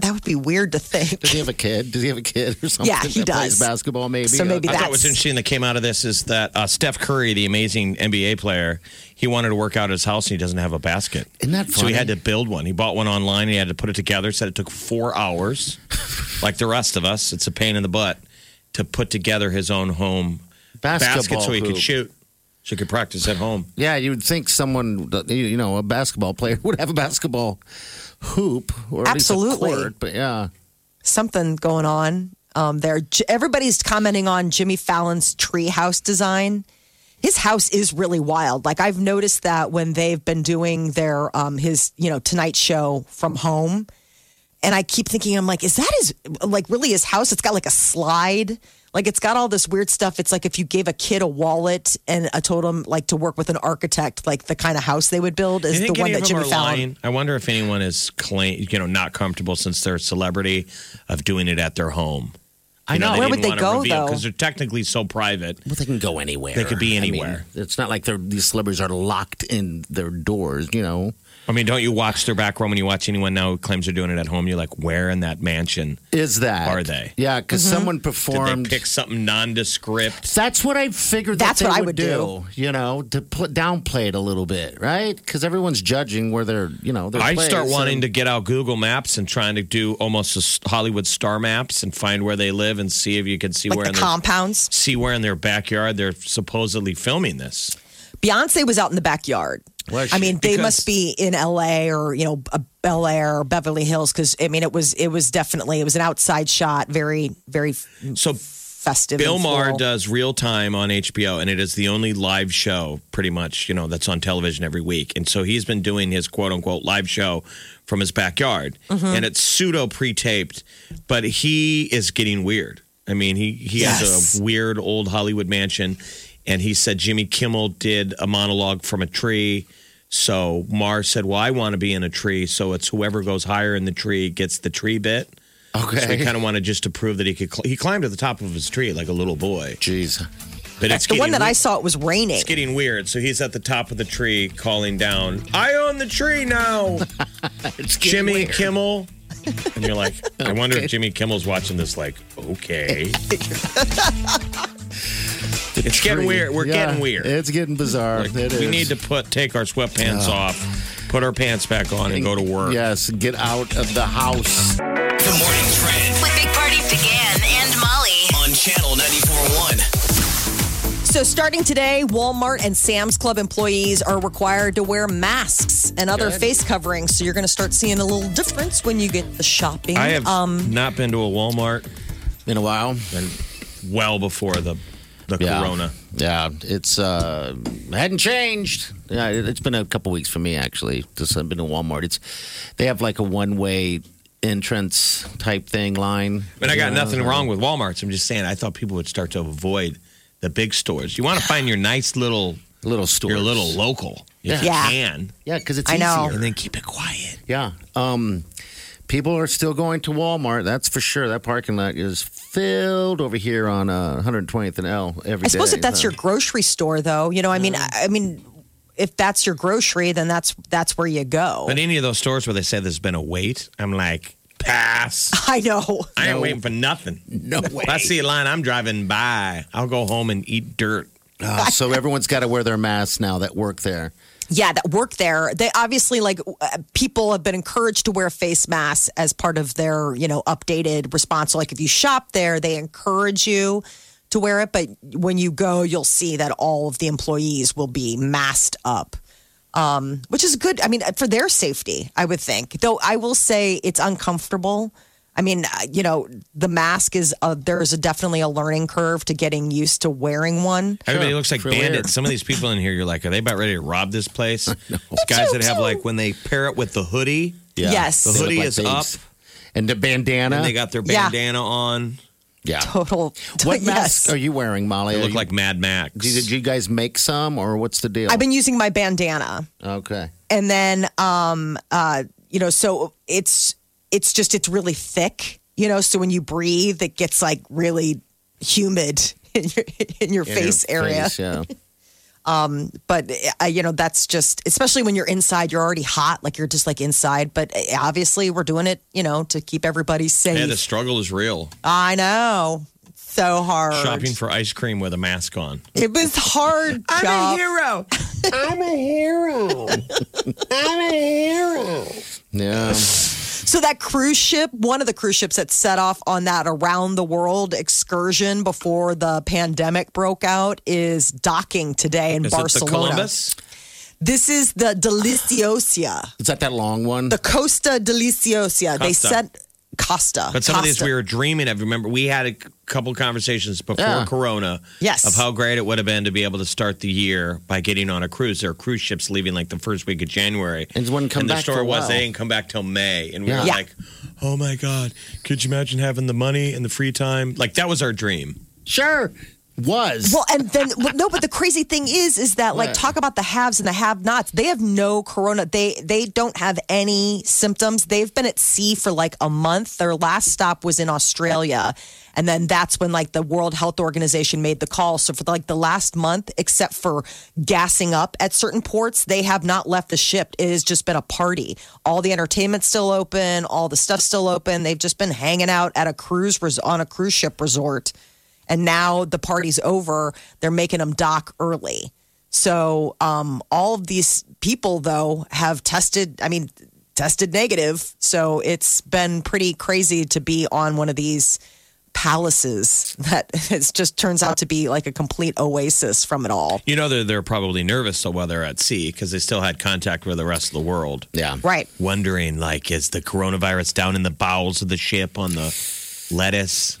Speaker 4: That would be weird to
Speaker 6: Does he
Speaker 4: think.
Speaker 6: have a kid? Does he have a kid or something?
Speaker 4: Yeah, he
Speaker 6: that Plays
Speaker 4: does.
Speaker 6: basketball, maybe.
Speaker 4: So maybe
Speaker 5: I thought what's
Speaker 4: That's-
Speaker 5: interesting that came out of this is that uh, Steph Curry, the amazing NBA player, he wanted to work out at his house and he doesn't have a basket.
Speaker 6: Isn't that
Speaker 5: So he
Speaker 6: funny?
Speaker 5: had to build one. He bought one online. And he had to put it together. Said it took four
Speaker 4: <laughs>
Speaker 5: hours, like the rest of us. It's a pain in the butt to put together his own home
Speaker 6: Basketball
Speaker 5: basket so he could shoot,
Speaker 6: hoop.
Speaker 5: so he could practice at home.
Speaker 6: Yeah, you would think someone, you you know, a basketball player <laughs> would have a basketball hoop or at least a
Speaker 4: Absolutely.
Speaker 6: court, but yeah,
Speaker 4: Something going on um, there. J- everybody's commenting on Jimmy Fallon's treehouse design. His house is really wild. Like I've noticed that when they've been doing their um, his you know Tonight Show from home. and I keep thinking, I'm like, is that his like really his house? It's got like a slide, like it's got all this weird stuff. It's like if you gave a kid a wallet and a totem, like to work with an architect, like the kind of house they would build
Speaker 5: Do
Speaker 4: is
Speaker 5: you
Speaker 4: the
Speaker 5: think
Speaker 4: one
Speaker 5: any
Speaker 4: that
Speaker 5: of them
Speaker 4: Jimmy
Speaker 5: are
Speaker 4: Fallon.
Speaker 5: lying? I wonder if anyone is claim, you know, not comfortable since they're a celebrity of doing it at their home.
Speaker 6: I know.
Speaker 4: Where would they go, though?
Speaker 5: Because they're technically so private.
Speaker 6: well, they can go anywhere.
Speaker 5: They could be
Speaker 6: I mean,
Speaker 5: anywhere.
Speaker 6: it's not like they're, these celebrities are locked in their doors, you know.
Speaker 5: I mean, don't you watch their back room when you watch anyone now who claims they're doing it at home? You're like, where in that mansion
Speaker 6: Is that
Speaker 5: Are they?
Speaker 6: Yeah, because
Speaker 4: Mm-hmm.
Speaker 6: someone
Speaker 5: did
Speaker 6: performed.
Speaker 5: they pick something nondescript?
Speaker 6: that's what I figured.
Speaker 4: That's
Speaker 6: that they
Speaker 4: what I
Speaker 6: would
Speaker 4: would do.
Speaker 6: You know, to pl- downplay it a little bit, right? Because everyone's judging where they're, you know, their
Speaker 5: I
Speaker 6: place,
Speaker 5: start wanting
Speaker 6: and-
Speaker 5: to get out Google Maps and trying to do almost a s- Hollywood star maps and find where they live and see if you can see where
Speaker 4: Like
Speaker 5: in
Speaker 4: the
Speaker 5: their,
Speaker 4: compounds.
Speaker 5: see where in their backyard they're supposedly filming this.
Speaker 4: Beyonce was out in the backyard.
Speaker 6: Was
Speaker 4: I
Speaker 6: she?
Speaker 4: mean, they
Speaker 5: Because-
Speaker 4: must be in L.A. or you know a Bel Air or Beverly Hills because I mean it was it was definitely it was an outside shot, very very
Speaker 5: So
Speaker 4: festive.
Speaker 5: Bill
Speaker 4: and
Speaker 5: Maher
Speaker 4: floral.
Speaker 5: does real time on HBO, and it is the only live show, pretty much, you know, that's on television every week. And so he's been doing his quote unquote live show from his backyard, and it's pseudo pre taped, but he is getting weird. I mean, he, he
Speaker 4: Yes.
Speaker 5: has a weird old Hollywood mansion, and he said Jimmy Kimmel did a monologue from a tree. So Maher said, Well, I want to be in a tree. So it's whoever goes higher in the tree gets the tree bit. So he
Speaker 6: Okay.
Speaker 5: kind of wanted just to prove that he could. Cl- he climbed to the top of his tree like a little boy.
Speaker 6: Jeez.
Speaker 5: But it's
Speaker 4: The one that
Speaker 5: getting
Speaker 4: I
Speaker 5: we-
Speaker 4: saw it was raining.
Speaker 5: It's getting weird. So he's at the top of the tree calling down, "I own the tree now, Jimmy Kimmel." And you're like, I wonder if Jimmy Kimmel's watching this. Like, okay, it's getting weird. We're
Speaker 6: Yeah,
Speaker 5: getting weird.
Speaker 6: It's getting bizarre.
Speaker 5: Like,
Speaker 6: It
Speaker 5: we
Speaker 6: is.
Speaker 5: need to put take our sweatpants off, put our pants back on, and go to work.
Speaker 6: Yes, get out of the house.
Speaker 2: Good morning, Trend
Speaker 3: With Big Party began and Molly.
Speaker 2: on Channel 94.1.
Speaker 4: So, starting today, Walmart and Sam's Club employees are required to wear masks and other face coverings. So, you're going to start seeing a little difference when you get the shopping. Um,
Speaker 5: I have not been to a Walmart
Speaker 6: In a while.
Speaker 5: and well before the the
Speaker 6: Yeah.
Speaker 5: Corona.
Speaker 6: Yeah, it's uh hadn't changed. Yeah, it- it's been a couple weeks for me actually. Just I've been to Walmart. It's they have like a one way entrance type thing line.
Speaker 5: But I got nothing wrong with Walmarts. I'm just saying I thought people would start to avoid the big stores. You want to find your nice little,
Speaker 6: Little store.
Speaker 5: your little local, if you
Speaker 4: Yeah.
Speaker 5: can,
Speaker 6: Yeah, because it's
Speaker 4: I know.
Speaker 6: easier.
Speaker 5: and then keep it quiet.
Speaker 6: Yeah. Um, people are still going to Walmart. That's for sure. That parking lot is filled over here on uh, 120th and L every
Speaker 4: I suppose
Speaker 6: day,
Speaker 4: if that's
Speaker 6: so.
Speaker 4: your
Speaker 6: <laughs>
Speaker 4: grocery store, though, you know, I mean, I I mean, if that's your grocery, then that's that's where you go.
Speaker 5: But any of those stores where they say there's been a wait, I'm like, pass.
Speaker 4: <laughs> I know.
Speaker 5: I ain't waiting for nothing. No
Speaker 4: <laughs>
Speaker 5: way. If I see a line, I'm driving by. I'll go home and eat dirt.
Speaker 6: Uh, so everyone's got to wear their masks now that work there.
Speaker 4: Yeah, that work there. They obviously like uh, people have been encouraged to wear face masks as part of their, you know, updated response. So, like if you shop there, they encourage you to wear it, but when you go, you'll see that all of the employees will be masked up. Um, which is good. I mean, for their safety, I would think. Though I will say it's uncomfortable. I mean, uh, you know, the mask is uh there's a, definitely a learning curve to getting used to wearing one. <laughs>
Speaker 5: Everybody looks like
Speaker 6: It's real
Speaker 5: bandits.
Speaker 6: weird.
Speaker 5: Some of these people in here, you're like, are they about ready to rob this <laughs> place? It's guys that have like when they pair it with the hoodie,
Speaker 4: Yes.
Speaker 5: the
Speaker 6: They look
Speaker 5: hoodie
Speaker 6: like
Speaker 5: is up,
Speaker 6: babes. and the bandana.
Speaker 5: and they got their
Speaker 4: Yeah.
Speaker 5: bandana on.
Speaker 6: yeah.
Speaker 4: Total.
Speaker 6: What
Speaker 4: <laughs> yes.
Speaker 6: mask are you wearing, Molly?
Speaker 5: They
Speaker 6: Are
Speaker 5: look
Speaker 6: you-
Speaker 5: like Mad Max.
Speaker 6: Did you guys make some, or what's the deal?
Speaker 4: I've been using my bandana.
Speaker 6: okay.
Speaker 4: and then um uh you know so it's it's just it's really thick you know so when you breathe it gets like really humid <laughs> in your in your
Speaker 6: In your
Speaker 4: face area
Speaker 6: face, yeah.
Speaker 4: <laughs> but uh, you know that's just especially when you're inside you're already hot like you're just like inside but uh, obviously we're doing it you know to keep everybody safe
Speaker 5: Yeah, the struggle is real.
Speaker 4: i know so hard
Speaker 5: Shopping for ice cream with a mask on.
Speaker 4: it was hard job.
Speaker 5: hero.
Speaker 6: Yeah.
Speaker 4: So that cruise ship, one of the cruise ships that set off on that around the world excursion before the pandemic broke out is docking today in
Speaker 5: Is it the
Speaker 4: Barcelona.
Speaker 5: Columbus?
Speaker 4: This is the Deliciosa,
Speaker 6: Is that that long one?
Speaker 4: the Costa Deliciosa. They
Speaker 5: Costa.
Speaker 4: sent Costa.
Speaker 5: But some of these
Speaker 4: Costa.
Speaker 5: we were dreaming of. Remember, we had a c- couple conversations before
Speaker 6: Yeah.
Speaker 5: Corona
Speaker 4: Yes.
Speaker 5: of how great it would have been to be able to start the year by getting on a cruise. There are cruise ships leaving like the first week of January.
Speaker 6: And wouldn't come
Speaker 5: And the
Speaker 6: back
Speaker 5: story
Speaker 6: for a
Speaker 5: was they
Speaker 6: while.
Speaker 5: didn't come back till May. And we
Speaker 6: Yeah.
Speaker 5: were
Speaker 4: Yeah.
Speaker 5: like, oh my God, could you imagine having the money and the free time? Like, that was our dream.
Speaker 6: sure. Was.
Speaker 4: Well, and then well, no, but the crazy thing is, is that like
Speaker 6: What?
Speaker 4: talk about the haves and the have-nots. They have no corona. They they don't have any symptoms. They've been at sea for like a month. Their last stop was in Australia, and then that's when like the World Health Organization made the call. So for like the last month, except for gassing up at certain ports, they have not left the ship. It has just been a party. All the entertainment's still open. All the stuff's still open. They've just been hanging out at a cruise res- on a cruise ship resort and now the party's over they're making them dock early so um, all of these people though have tested i mean tested negative so it's been pretty crazy to be on one of these palaces <laughs> that it just turns out to be like a complete oasis from it all
Speaker 5: You know, they're, they're probably nervous though, while they're at sea because they still had contact with the rest of the world.
Speaker 6: yeah.
Speaker 4: right
Speaker 5: wondering like is the coronavirus down in the bowels of the ship on the lettuce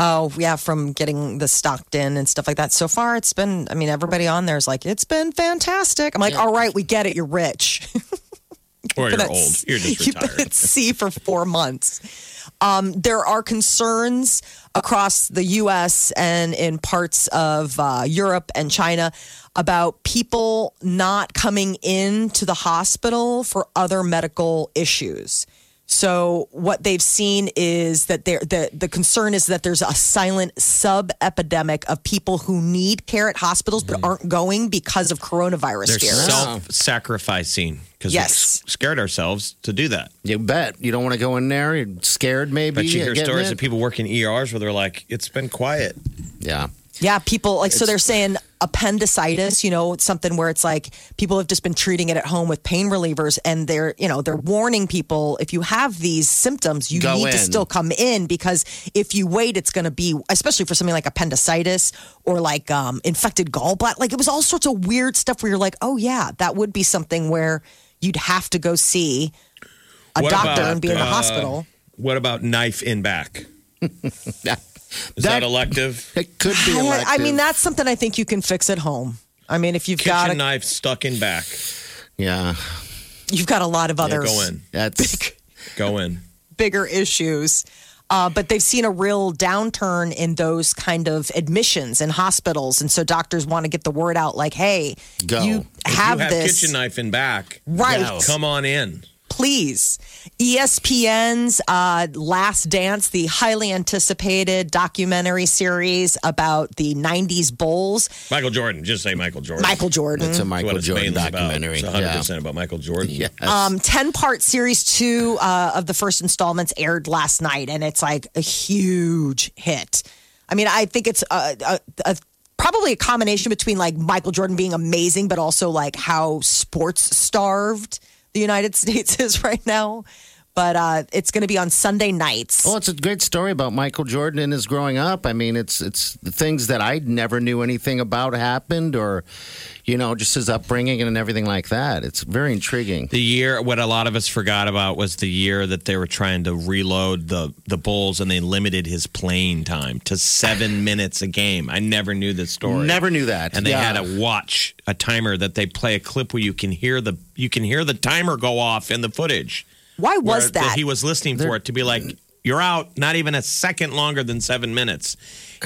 Speaker 4: Oh, yeah, from getting the Stockton and stuff like that. So far, it's been, I mean, everybody on there is like, it's been fantastic. I'm like, all right, we get it. You're rich. <laughs> But
Speaker 5: Or you're
Speaker 4: that's-
Speaker 5: old. You're
Speaker 4: <laughs>
Speaker 5: just
Speaker 4: You've been
Speaker 5: retired.
Speaker 4: at sea for four months. Um, there are concerns across the U.S. and in parts of uh, Europe and China about people not coming in to the hospital for other medical issues. So what they've seen is that there the the concern is that there's a silent sub epidemic of people who need care at hospitals but aren't going because of coronavirus
Speaker 5: Mm-hmm. They're
Speaker 4: fear.
Speaker 5: self-sacrificing because
Speaker 4: Yes.
Speaker 5: we scared ourselves to do that.
Speaker 6: You bet. You don't want to go in there. You're scared, maybe.
Speaker 5: But you hear
Speaker 6: getting
Speaker 5: stories
Speaker 6: it.
Speaker 5: of people working ERs where they're like, "It's been quiet."
Speaker 6: Yeah.
Speaker 4: Yeah, people like so they're saying appendicitis, you know, it's something where it's like people have just been treating it at home with pain relievers and they're, you know, they're warning people if you have these symptoms, you
Speaker 6: Go
Speaker 4: need to
Speaker 6: in.
Speaker 4: still come in because if you wait it's going to be especially for something like appendicitis or like um infected gallbladder, like it was all sorts of weird stuff where you're like, "Oh yeah, that would be something where you'd have to go see a
Speaker 5: What
Speaker 4: doctor
Speaker 5: about,
Speaker 4: and be in the
Speaker 5: uh,
Speaker 4: hospital."
Speaker 5: What about knife in back? Is that,
Speaker 6: That-
Speaker 5: elective?
Speaker 6: It could be.
Speaker 4: I, I mean,
Speaker 6: elective.
Speaker 4: that's something I think you can fix at home. I mean, if you've
Speaker 5: Kitchen
Speaker 4: got a,
Speaker 5: knife stuck in back.
Speaker 6: Yeah.
Speaker 4: you've got a lot of
Speaker 5: Yeah,
Speaker 4: others.
Speaker 5: go in.
Speaker 6: That's.
Speaker 5: Go in.
Speaker 4: bigger issues. Uh, but they've seen a real downturn in those kind of admissions in hospitals, and so doctors want to get the word out, like, "Hey,
Speaker 6: Go.
Speaker 4: you
Speaker 5: If
Speaker 4: have,
Speaker 5: you have
Speaker 4: this,
Speaker 5: kitchen knife in back.
Speaker 4: right?
Speaker 5: Come on in.
Speaker 4: please. E ESPN's uh, Last Dance, the highly anticipated documentary series about the '90s bowls.
Speaker 5: Michael Jordan. Just say Michael Jordan.
Speaker 4: Michael Jordan.
Speaker 6: <laughs> It's a
Speaker 5: That's
Speaker 6: Michael
Speaker 5: what it's
Speaker 6: Jordan
Speaker 5: mainly about.
Speaker 6: documentary.
Speaker 5: It's 100% about Michael Jordan.
Speaker 6: Yeah. Yes.
Speaker 4: Um, 10 part series two uh, of the first installments aired last night, and it's like a huge hit. I mean, I think it's a, a, a, probably a combination between like Michael Jordan being amazing, but also like how sports starved the United <laughs> States is right now. But uh, it's going to be on Sunday nights.
Speaker 6: Well, it's a great story about Michael Jordan and his growing up. I mean, it's it's the things that I never knew anything about happened, or you know, just his upbringing and everything like that. It's very intriguing.
Speaker 5: The year, what a lot of us forgot about was the year that they were trying to reload the the Bulls, and they limited his playing time to
Speaker 6: <sighs>
Speaker 5: seven minutes a game. I never knew this story.
Speaker 6: Never knew that.
Speaker 5: And they
Speaker 6: Yeah.
Speaker 5: had a watch, a timer that they play a clip where you can hear the you can hear the timer go off in the footage.
Speaker 4: Why
Speaker 5: Where
Speaker 4: was that?
Speaker 5: He was listening for it to be like, "You're out, not even a second longer than seven minutes."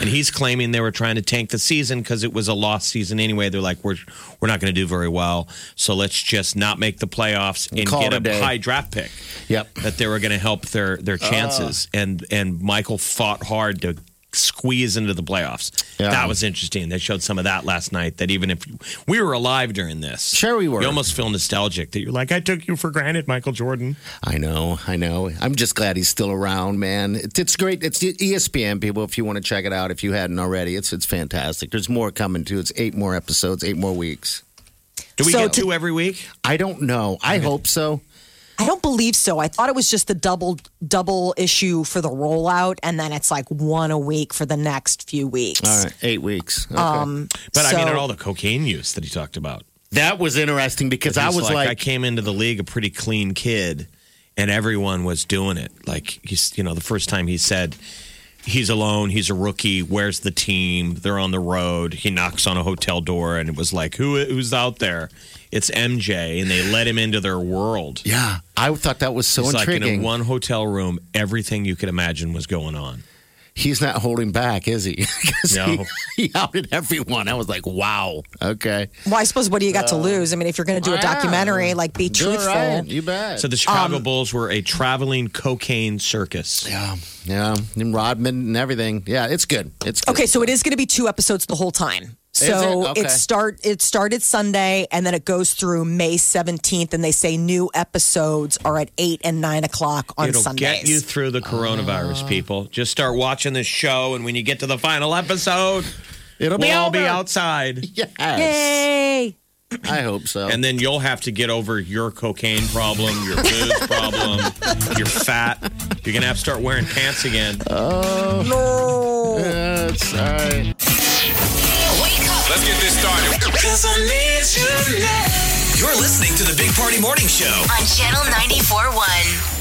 Speaker 5: And he's claiming they were trying to tank the season because it was a lost season anyway. They're like, "We're we're not going to do very well, so let's just not make the playoffs and
Speaker 6: Call
Speaker 5: get
Speaker 6: it a
Speaker 5: a
Speaker 6: day." Ah.
Speaker 5: high draft pick."
Speaker 6: Yep.
Speaker 5: That they were going to help their their chances, and and Michael fought hard to. Squeeze into the playoffs.
Speaker 6: Yeah.
Speaker 5: That was interesting. They showed some of that last night. That even if we were alive during this,
Speaker 6: Sure we were.
Speaker 5: You almost feel nostalgic that you're like, I took you for granted, Michael Jordan.
Speaker 6: I know, I know. I'm just glad he's still around, man. It's, it's great. It's E ESPN, people. If you want to check it out, if you hadn't already, it's it's fantastic. There's more coming too. It's eight more episodes, eight more weeks.
Speaker 5: Do we
Speaker 4: So
Speaker 5: get two every week?
Speaker 6: I don't know. I hope so.
Speaker 4: I don't believe so. I thought it was just the double double issue for the rollout, and then it's like one a week for the next few weeks.
Speaker 6: All right, eight weeks. Okay.
Speaker 5: But I mean,
Speaker 4: So-
Speaker 5: and all the cocaine use that he talked about.
Speaker 6: that was interesting because I
Speaker 5: He's
Speaker 6: was like,
Speaker 5: I came into the league a pretty clean kid, and everyone was doing it. Like he's, you know, the first time he said he's alone, he's a rookie. Where's the team? They're on the road. He knocks on a hotel door, and it was like, who, who's out there? It's MJ, and they let him into their world.
Speaker 6: yeah, I thought that was so
Speaker 5: It's like in
Speaker 6: intriguing.
Speaker 5: a one hotel room, everything you could imagine was going on.
Speaker 6: he's not holding back, is he? <laughs> 'Cause
Speaker 5: No.
Speaker 6: He, he outed everyone. I was like, wow. Okay.
Speaker 4: Well, I suppose what do you got to lose? I mean, if you're going to do a
Speaker 6: Yeah.
Speaker 4: documentary, like be
Speaker 6: You're
Speaker 4: truthful.
Speaker 6: right. You bet.
Speaker 5: So the Chicago
Speaker 6: Um,
Speaker 5: Bulls were a traveling cocaine circus.
Speaker 6: yeah. Yeah. And Rodman and everything. Yeah, it's good. It's good.
Speaker 4: Okay, so it is going to be two episodes the whole time.
Speaker 6: Is
Speaker 4: So
Speaker 6: it? Okay.
Speaker 4: start it started Sunday and then it goes through May 17th, and they say new episodes are at eight and nine o'clock on
Speaker 5: It'll
Speaker 4: Sundays.
Speaker 5: get you through the coronavirus, people. Just start watching this show, and when you get to the final episode,
Speaker 6: It'll
Speaker 5: we'll all be
Speaker 6: over.
Speaker 5: outside,
Speaker 6: Yes.
Speaker 4: Yay!
Speaker 6: I hope so.
Speaker 5: and then you'll have to get over your cocaine problem, your booze problem, your fat. You're gonna have to start wearing pants again.
Speaker 6: That's all right.
Speaker 3: Wake up
Speaker 2: Let's get this started. You're listening to the Big Party Morning Show.
Speaker 3: on Channel 94.1.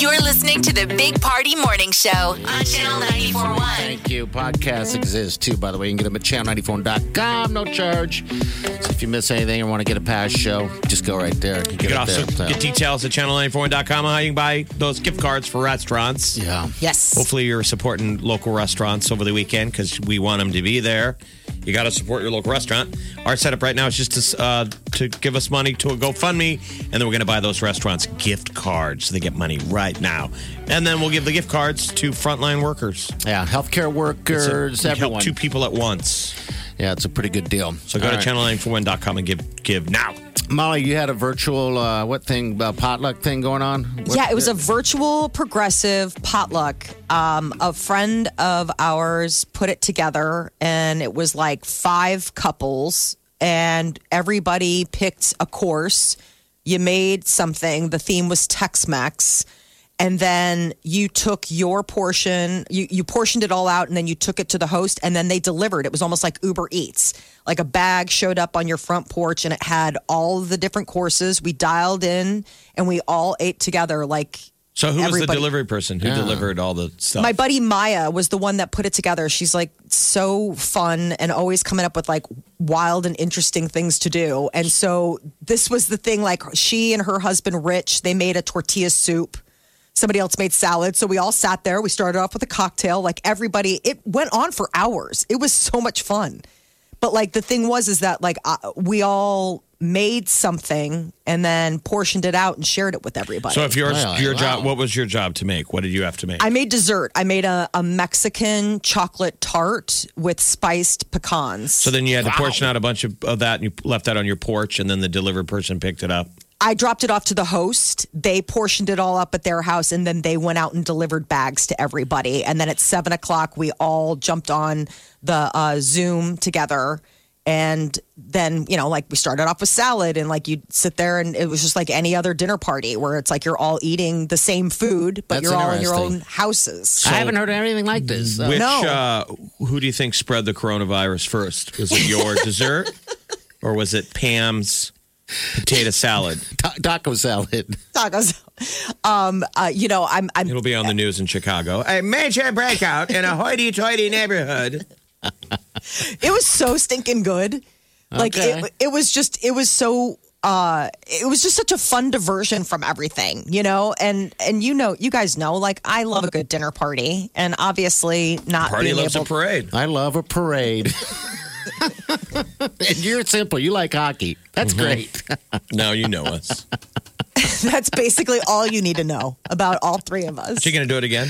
Speaker 3: You're listening to the Big Party Morning Show on Channel 941.
Speaker 6: Thank you. Podcasts exist too, by the way. You can get them at channel94.com, no charge. So if you miss anything or want to get a past show, just go right there. You
Speaker 5: You
Speaker 6: get
Speaker 5: can
Speaker 6: it
Speaker 5: also
Speaker 6: there. So-
Speaker 5: get details at channel94.com on how you can buy those gift cards for restaurants.
Speaker 6: yeah.
Speaker 4: Yes.
Speaker 5: Hopefully, you're supporting local restaurants over the weekend because we want them to be there. You got to support your local restaurant. Our setup right now is just to, uh, to give us money to a GoFundMe, and then we're going to buy those restaurants gift cards so they get money right now. And then we'll give the gift cards to frontline workers.
Speaker 6: Yeah. Healthcare
Speaker 5: So
Speaker 6: workers,
Speaker 5: we
Speaker 6: everyone.
Speaker 5: help two people at once.
Speaker 6: yeah, it's a pretty good deal.
Speaker 5: So go
Speaker 6: All
Speaker 5: to
Speaker 6: right.
Speaker 5: channel941.com and give give now.
Speaker 6: Molly, you had a virtual, uh, what thing, uh, potluck thing going on? What-
Speaker 4: Yeah, it was a virtual progressive potluck. Um, a friend of ours put it together, and it was like five couples, and everybody picked a course. You made something. The theme was Tex Mex. And then you took your portion, you, you portioned it all out, and then you took it to the host, and then they delivered. It was almost like Uber Eats. Like a bag showed up on your front porch, and it had all the different courses. We dialed in, and we all ate together. Like
Speaker 5: So who was the
Speaker 4: Everybody-
Speaker 5: delivery person who delivered all the stuff?
Speaker 4: my buddy Maya was the one that put it together. She's like so fun and always coming up with like wild and interesting things to do. And so this was the thing like she and her husband Rich, they made a tortilla soup. Somebody else made salad. So we all sat there. We started off with a cocktail. Like everybody, it went on for hours. It was so much fun. But like the thing was, is that like I, we all made something and then portioned it out and shared it with everybody.
Speaker 5: so if yours
Speaker 6: Really?
Speaker 5: your
Speaker 6: Wow.
Speaker 5: job, what was your job to make? What did you have to make?
Speaker 4: I made dessert. I made a, a Mexican chocolate tart with spiced pecans.
Speaker 5: So then you had to portion out a bunch of, of that and you left that on your porch and then the delivery person picked it up.
Speaker 4: I dropped it off to the host. They portioned it all up at their house, and then they went out and delivered bags to everybody. And then at seven o'clock, we all jumped on the uh, Zoom together. And then, you know, like we started off with salad, and like you'd sit there, and it was just like any other dinner party where it's like you're all eating the same food, but
Speaker 6: That's
Speaker 4: you're all in your own
Speaker 6: interesting.
Speaker 4: houses. <laughs>
Speaker 6: I haven't heard anything like this. so-
Speaker 5: Which
Speaker 4: No.
Speaker 5: uh, who do you think spread the coronavirus first? Was
Speaker 4: <laughs>
Speaker 5: it your dessert or was it Pam's potato salad?
Speaker 6: Ta- taco salad. <laughs>
Speaker 4: Tacos. Um, uh, you know, I'm, I'm
Speaker 5: It'll be on the news in Chicago. A major breakout in a hoity-toity neighborhood.
Speaker 4: It was so stinking good. Like
Speaker 6: Okay.
Speaker 4: it, it was just it was so uh it was just such a fun diversion from everything, you know? And and you know, you guys know like I love a good dinner party and obviously not
Speaker 5: Party
Speaker 4: being
Speaker 5: loves a
Speaker 4: able
Speaker 5: parade.
Speaker 6: I love a parade. and you're simple. You like hockey. That's great.
Speaker 5: Now you know us.
Speaker 4: <laughs> That's basically all you need to know about all three of us.
Speaker 5: So you gonna do it again?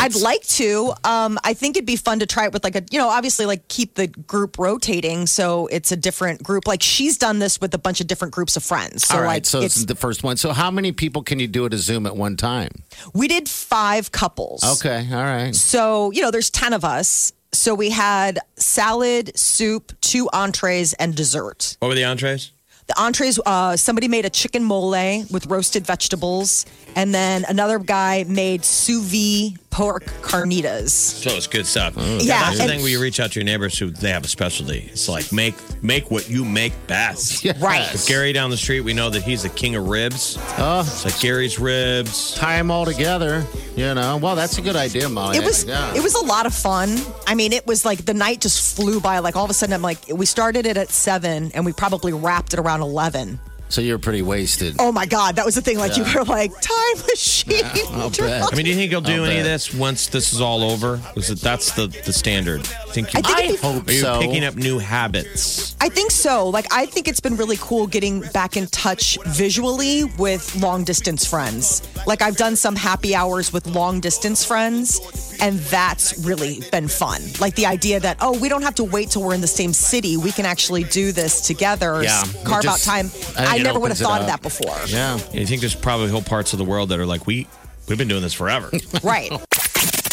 Speaker 4: I'd like to. Um, I think it'd be fun to try it with like a, you know, obviously like keep the group rotating so it's a different group. Like she's done this with a bunch of different groups of friends. So
Speaker 6: All right,
Speaker 4: like
Speaker 6: so
Speaker 4: it's
Speaker 6: it's the first one. So how many people can you do at a Zoom at one time?
Speaker 4: we did five couples.
Speaker 6: Okay, all right.
Speaker 4: So, you know, there's 10 of us. So we had salad, soup, two entrees, and dessert.
Speaker 5: What were the entrees?
Speaker 4: The entrees, uh, somebody made a chicken mole with roasted vegetables. And then another guy made sous vide pork carnitas.
Speaker 5: So it's good stuff.
Speaker 4: Oh. Yeah,
Speaker 5: that's the
Speaker 4: and-
Speaker 5: thing where you reach out to your neighbors who they have a specialty. It's like make make what you make best.
Speaker 6: <laughs>
Speaker 4: Right.
Speaker 5: Gary down the street, we know that he's the king of ribs.
Speaker 6: Oh,
Speaker 5: It's like Gary's ribs.
Speaker 6: tie them all together. You know, well, that's a good idea, Molly.
Speaker 4: It was
Speaker 6: Yeah.
Speaker 4: it was a lot of fun. I mean, it was like the night just flew by. Like all of a sudden, I'm like, we started it at seven, and we probably wrapped it around eleven.
Speaker 6: so you're pretty wasted.
Speaker 4: Oh my god, that was the thing. Like you were like time machine. <laughs>
Speaker 6: I'll bet.
Speaker 5: I mean, do you think he'll do
Speaker 6: I'll
Speaker 5: any of
Speaker 6: bet.
Speaker 5: this once this is all over? Is it that's the the standard? Think you,
Speaker 4: I think it'd be-
Speaker 6: hope
Speaker 5: are you
Speaker 6: so.
Speaker 5: picking up new habits?
Speaker 4: I think so. Like, I think it's been really cool getting back in touch visually with long distance friends. Like, I've done some happy hours with long distance friends, and that's really been fun. Like, the idea that, oh, we don't have to wait till we're in the same city. We can actually do this together,
Speaker 6: Yeah.
Speaker 4: carve
Speaker 6: It
Speaker 4: out
Speaker 6: just-
Speaker 4: time.
Speaker 6: I think
Speaker 4: I,
Speaker 6: it
Speaker 4: never would have
Speaker 6: opens it
Speaker 4: thought of that
Speaker 6: up.
Speaker 4: before.
Speaker 6: yeah.
Speaker 5: You think there's probably whole parts of the world that are like we we've been doing this
Speaker 4: <laughs>
Speaker 5: forever.
Speaker 4: Right.
Speaker 6: <laughs>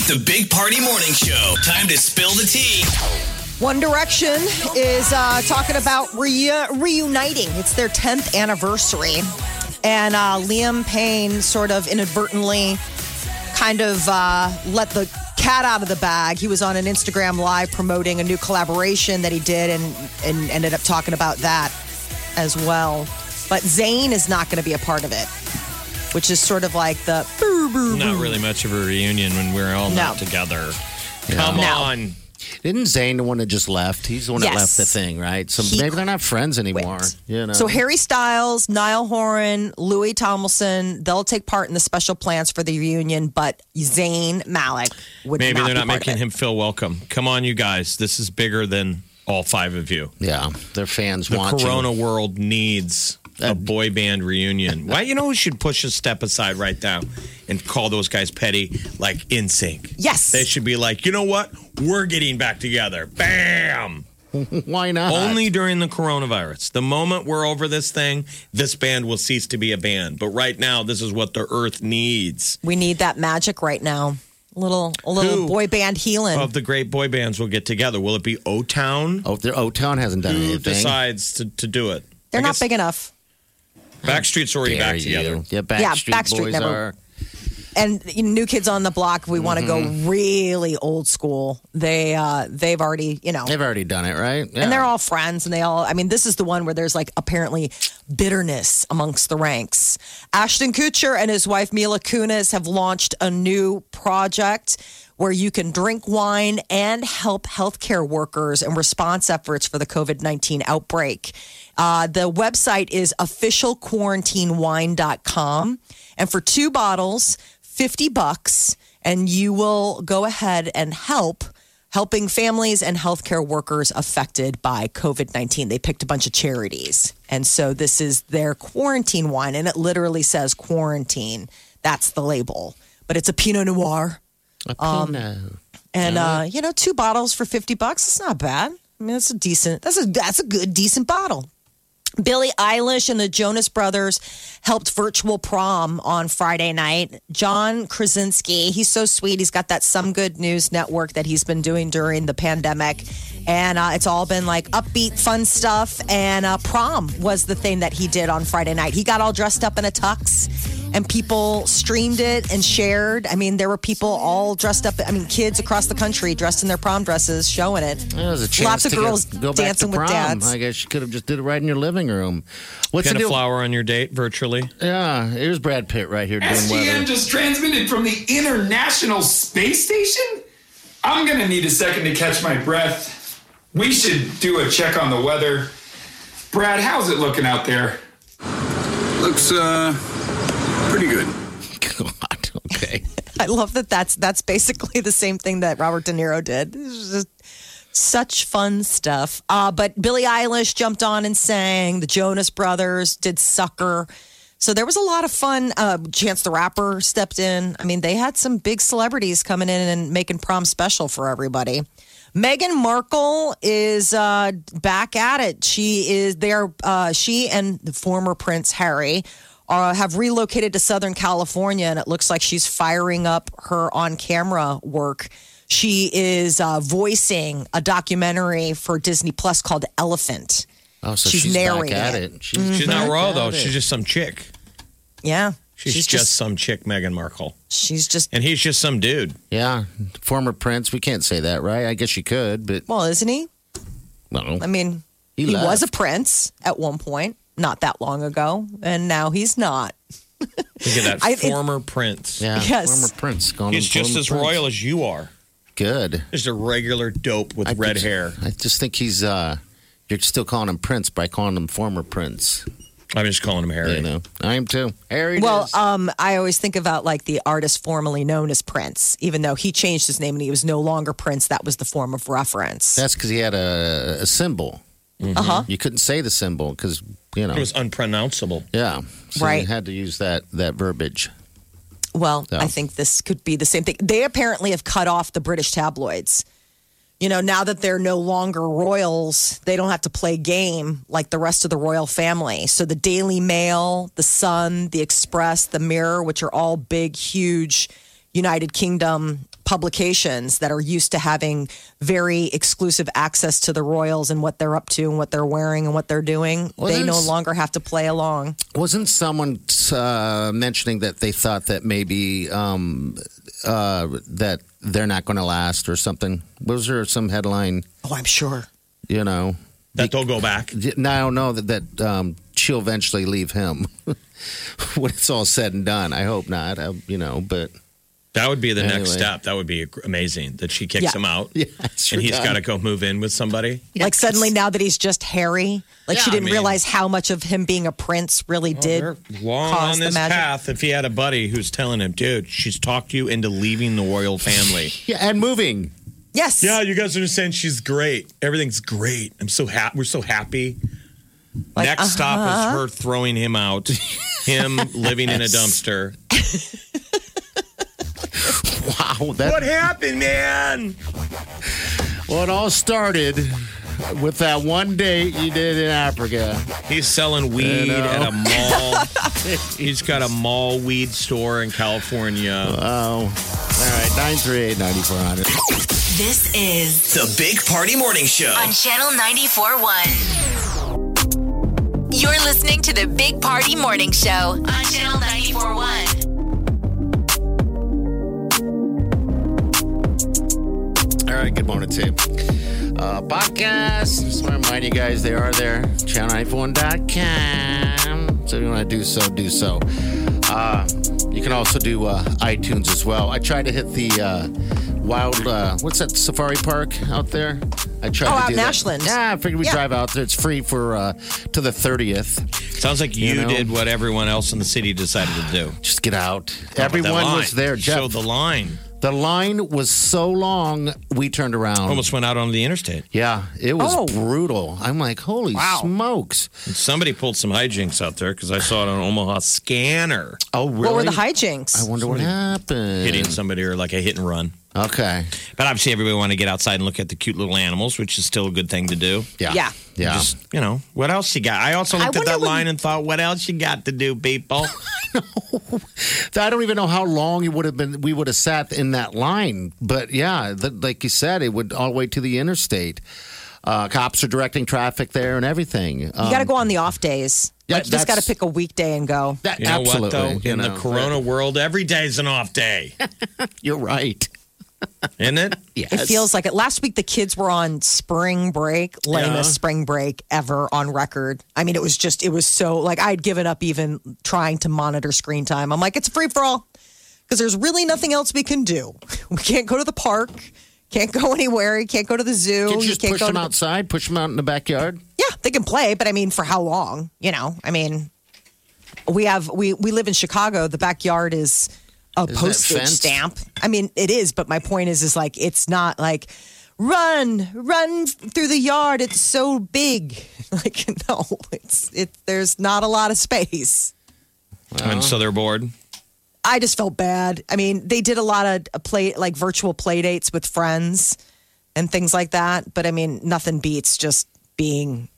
Speaker 2: The Big Party Morning Show. Time to spill the tea.
Speaker 4: One Direction is uh, talking about re- reuniting. It's their 10th anniversary. And uh, Liam Payne sort of inadvertently kind of uh, let the cat out of the bag. He was on an Instagram live promoting a new collaboration that he did and, and ended up talking about that as well. But Zayn is not going to be a part of it. which is sort of like the boo, boo,
Speaker 5: Not
Speaker 4: boo.
Speaker 5: really much of a reunion when we're all
Speaker 4: No.
Speaker 5: not together. Come
Speaker 4: No.
Speaker 5: on.
Speaker 6: Didn't Zayn the one that just left? He's the one that
Speaker 4: Yes.
Speaker 6: left the thing, right? So
Speaker 4: He
Speaker 6: maybe they're not friends anymore. You know.
Speaker 4: So Harry Styles, Niall Horan, Louis Tomlinson, they'll take part in the special plans for the reunion, but Zayn Malik would
Speaker 5: Maybe
Speaker 4: not
Speaker 5: they're
Speaker 4: be
Speaker 5: not
Speaker 4: part of
Speaker 5: making
Speaker 4: it.
Speaker 5: him feel welcome. Come on, you guys. This is bigger than all five of you.
Speaker 6: yeah, their fans
Speaker 5: The
Speaker 6: want Uh,
Speaker 5: Corona world needs a boy band
Speaker 6: <laughs>
Speaker 5: reunion. Why? You know, we should push a step aside right now and call those guys petty, like in sync.
Speaker 4: Yes.
Speaker 5: They should be like, you know what? We're getting back together. Bam.
Speaker 6: you. <laughs> Why not?
Speaker 5: Only during the coronavirus. The moment we're over this thing, this band will cease to be a band. But right now, this is what the earth needs.
Speaker 4: We need that magic right now. Little a little
Speaker 5: Who
Speaker 4: boy band healing.
Speaker 5: Of the great boy bands will get together. Will it be O Town?
Speaker 6: Oh, their O Town hasn't done
Speaker 5: Who
Speaker 6: anything.
Speaker 5: decides to, to do do it?
Speaker 4: They're
Speaker 5: I
Speaker 4: not
Speaker 5: guess
Speaker 4: big enough.
Speaker 5: Backstreet's already
Speaker 6: Dare
Speaker 5: back together.
Speaker 6: you. Yeah, Backstreet,
Speaker 4: Yeah, Backstreet
Speaker 6: Boys
Speaker 4: never-
Speaker 6: are.
Speaker 4: And you know, new kids on the block, we want to
Speaker 5: Mm-hmm.
Speaker 4: go really old school. They uh they've already, you know,
Speaker 6: They've already done it, right?
Speaker 4: and they're all friends and they all i mean this is the one where there's like apparently bitterness amongst the ranks ashton kutcher and his wife mila kunis have launched a new project where you can drink wine and help healthcare workers in response efforts for the covid-19 outbreak uh, the website is officialquarantinewine.com and for two bottles 50 bucks and you will go ahead and help helping families and healthcare workers affected by COVID 19. They picked a bunch of charities. And so this is their quarantine wine, and it literally says quarantine. That's the label, but it's a Pinot Noir.
Speaker 6: Um, no.
Speaker 4: And, uh, you know, two bottles for 50 bucks, it's not bad. I mean, that's a decent, that's a, that's a good, decent bottle. Billie Eilish and the Jonas Brothers helped virtual prom on Friday night. John Krasinski, he's so sweet. He's got that Some Good News network that he's been doing during the pandemic. And uh, it's all been like upbeat, fun stuff. And uh, prom was the thing that he did on Friday night. He got all dressed up in a tux and people streamed it and shared. I mean, there were people all dressed up. I mean, kids across the country dressed in their prom dresses, showing it.
Speaker 6: That was a chance
Speaker 4: Lots of
Speaker 6: to get-
Speaker 4: girls
Speaker 6: go back
Speaker 4: dancing
Speaker 6: to
Speaker 4: with
Speaker 6: prom.
Speaker 4: dads.
Speaker 6: I guess you could have just did it right in your living room. What's
Speaker 5: Get
Speaker 6: the
Speaker 5: a
Speaker 6: deal?
Speaker 5: flower on your date virtually.
Speaker 6: Yeah, here's Brad Pitt right here doing
Speaker 10: SGN
Speaker 6: <laughs> weather.
Speaker 10: just transmitted from the International Space Station? I'm gonna need a second to catch my breath. We should do a check on the weather. Brad, how's it looking out there?
Speaker 11: Looks uh, pretty good.
Speaker 6: God, okay.
Speaker 4: I love that that's that's basically the same thing that Robert De Niro did. This is just such fun stuff. Uh, but Billie Eilish jumped on and sang. The Jonas Brothers did "Sucker." So there was a lot of fun. Uh, Chance the Rapper stepped in. I mean, they had some big celebrities coming in and making prom special for everybody. Meghan Markle is uh, back at it. She is there. Uh, she and the former Prince Harry uh, have relocated to Southern California, and it looks like she's firing up her on camera work. She is uh, voicing a documentary for Disney Plus called Elephant.
Speaker 6: Oh, so
Speaker 4: She's
Speaker 6: she's, back
Speaker 4: narrating
Speaker 6: at
Speaker 4: it. Mm-hmm.
Speaker 6: it.
Speaker 5: She's not
Speaker 6: back
Speaker 5: raw
Speaker 6: at
Speaker 5: though.
Speaker 6: it.
Speaker 5: She's just some chick.
Speaker 4: Yeah,
Speaker 5: She's, just, some chick, Meghan Markle,
Speaker 4: she's just
Speaker 5: and he's just some dude.
Speaker 6: yeah, former prince. We can't say that, right? I guess you could, but
Speaker 4: well, isn't he?
Speaker 6: well,
Speaker 4: I mean, he,
Speaker 6: He
Speaker 4: was
Speaker 6: left.
Speaker 4: a prince at one point, not that long ago, and now he's not.
Speaker 5: Look at that
Speaker 4: I- it-
Speaker 5: former prince.
Speaker 6: yeah,
Speaker 4: <laughs> Yes.
Speaker 6: former prince. Going
Speaker 5: He's just as royal as you are.
Speaker 6: Good.
Speaker 5: Just a regular dope with
Speaker 6: I
Speaker 5: red
Speaker 6: just-
Speaker 5: hair.
Speaker 6: I just think he's. uh You're still calling him prince by calling him former prince.
Speaker 5: I'm just calling him Harry.
Speaker 6: You know, I am too. Harry. it
Speaker 4: Well,
Speaker 6: is.
Speaker 4: um, I always think about like the artist formerly known as Prince, even though he changed his name and he was no longer Prince. That was the form of reference.
Speaker 6: that's because he had a, a symbol.
Speaker 4: Uh huh.
Speaker 6: You couldn't say the symbol because you know.
Speaker 5: It was unpronounceable.
Speaker 6: yeah, so
Speaker 4: Right.
Speaker 6: You had to use that that verbiage.
Speaker 4: Well,
Speaker 6: So.
Speaker 4: I think this could be the same thing. They apparently have cut off the British tabloids. You know, now that they're no longer royals, they don't have to play game like the rest of the royal family. So the Daily Mail, the Sun, the Express, the Mirror, which are all big, huge United Kingdom publications that are used to having very exclusive access to the royals and what they're up to and what they're wearing and what they're doing.
Speaker 6: Well,
Speaker 4: they no
Speaker 6: there's-
Speaker 4: longer have to play along.
Speaker 6: Wasn't someone uh, mentioning that they thought that maybe um, uh, that they're not going to last or something? Was there some headline?
Speaker 4: Oh, I'm sure.
Speaker 6: You know,
Speaker 5: That they'll go back.
Speaker 6: now I don't know that that um, she'll eventually leave him <laughs> when it's all said and done. I hope not. I, you know, but <laughs>
Speaker 5: That would be the next
Speaker 6: Anyway.
Speaker 5: step. That would be amazing that she kicks
Speaker 4: Yeah.
Speaker 5: him out.
Speaker 6: Yeah,
Speaker 5: and he's
Speaker 6: done.
Speaker 5: got to go move in with somebody.
Speaker 4: Like suddenly now that he's just Harry, like she
Speaker 5: Yeah, I
Speaker 4: didn't
Speaker 5: mean-
Speaker 4: realize how much of him being a prince really
Speaker 6: Oh,
Speaker 4: did
Speaker 5: Long
Speaker 4: cause
Speaker 5: on
Speaker 4: the
Speaker 5: this
Speaker 4: magic.
Speaker 5: path, if he had a buddy who's telling him, dude, she's talked you into leaving the royal family.
Speaker 6: yeah, and moving.
Speaker 4: Yes.
Speaker 5: Yeah, you guys understand she's great. Everything's great. I'm so happy. We're so happy.
Speaker 4: Like,
Speaker 5: Next stop
Speaker 4: uh-huh.
Speaker 5: is her throwing him out,
Speaker 6: <laughs>
Speaker 5: him living in a dumpster.
Speaker 6: Wow, that
Speaker 5: What happened, man?
Speaker 6: well, it all started with that one date you did in Africa.
Speaker 5: He's selling weed
Speaker 6: You know.
Speaker 5: at a
Speaker 6: <laughs>
Speaker 5: mall. He's got a mall weed store in California.
Speaker 6: Oh, all right, nine three eight ninety four hundred.
Speaker 3: This is
Speaker 2: The Big Party Morning Show.
Speaker 3: on Channel 94.1. You're listening to the Big Party Morning Show on Channel 94.1.
Speaker 6: All right, good morning, team. Uh, podcast. Just want to remind you guys they are there. Channel94.com. So if you want to do so, do so. Uh, you can also do uh, iTunes as well. I tried to hit the uh, wild, uh, what's that safari park out there? I tried
Speaker 4: Oh,
Speaker 6: to
Speaker 4: out
Speaker 6: do
Speaker 4: in
Speaker 6: that.
Speaker 4: Ashland.
Speaker 6: Yeah, I figured we
Speaker 4: Yeah.
Speaker 6: drive out there. It's free for uh, to the 30th.
Speaker 5: Sounds like you,
Speaker 6: You know.
Speaker 5: did what everyone else in the city decided to do.
Speaker 6: Just get out.
Speaker 5: But that
Speaker 6: Everyone
Speaker 5: line,
Speaker 6: was there.
Speaker 5: you
Speaker 6: Jeff,
Speaker 5: Showed the line.
Speaker 6: the line was so long, we turned around.
Speaker 5: Almost went out on the interstate.
Speaker 6: Yeah, it was
Speaker 4: Oh.
Speaker 6: brutal. I'm like, holy smokes.
Speaker 5: And somebody pulled some hijinks out there because I saw it on Omaha Scanner
Speaker 6: Oh, really?
Speaker 4: What were the
Speaker 6: I
Speaker 4: hijinks?
Speaker 6: wonder what happened.
Speaker 5: hitting somebody or like a hit and run.
Speaker 6: Okay.
Speaker 5: But obviously, everybody wanted to get outside and look at the cute little animals, which is still a good thing to do.
Speaker 6: Yeah.
Speaker 4: Yeah.
Speaker 6: Yeah.
Speaker 5: Just, you know, what else you got? I also
Speaker 4: I
Speaker 5: looked at
Speaker 4: wonder
Speaker 5: that
Speaker 4: when-
Speaker 5: line and thought, what else you got to do,
Speaker 4: <laughs>
Speaker 5: people?
Speaker 6: I don't even know how long it would have been. We would have sat in that line, but yeah, th- like you said, it would all the way to the interstate. Uh, cops are directing traffic there and everything. Um,
Speaker 4: you got to go on the off days.
Speaker 6: Yeah,
Speaker 4: like, you just got
Speaker 6: that's-
Speaker 4: to pick a weekday and go.
Speaker 6: That,
Speaker 5: You know
Speaker 6: absolutely.
Speaker 5: what, though?
Speaker 6: you
Speaker 5: in
Speaker 6: know,
Speaker 5: the corona world, every day's an off day,
Speaker 6: you're right.
Speaker 5: isn't
Speaker 6: <laughs>
Speaker 5: it?
Speaker 6: Yes.
Speaker 4: It feels like it. Last week, the kids were on spring break, lamest
Speaker 5: Yeah.
Speaker 4: spring break ever on record. I mean, it was just, it was so like I had given up even trying to monitor screen time. I'm like, it's free for all because there's really nothing else we can do. We can't go to the park, can't go <laughs> anywhere, you can't go to the zoo.
Speaker 6: Can't you just
Speaker 4: can't
Speaker 6: push
Speaker 4: go
Speaker 6: them
Speaker 4: to the-
Speaker 6: outside, push them out in the backyard.
Speaker 4: yeah, they can play, but I mean, for how long? You know, I mean, we have we we live in Chicago. The backyard is a postage
Speaker 6: fenced?
Speaker 4: stamp. I mean, it is, but my point is, is like it's not like run, run through the yard. It's so big. <laughs> Like no, it's it. There's not a lot of space.
Speaker 5: And so they're bored.
Speaker 4: I just felt bad. I mean, they did a lot of uh, play like virtual play dates with friends and things like that, but I mean, nothing beats just being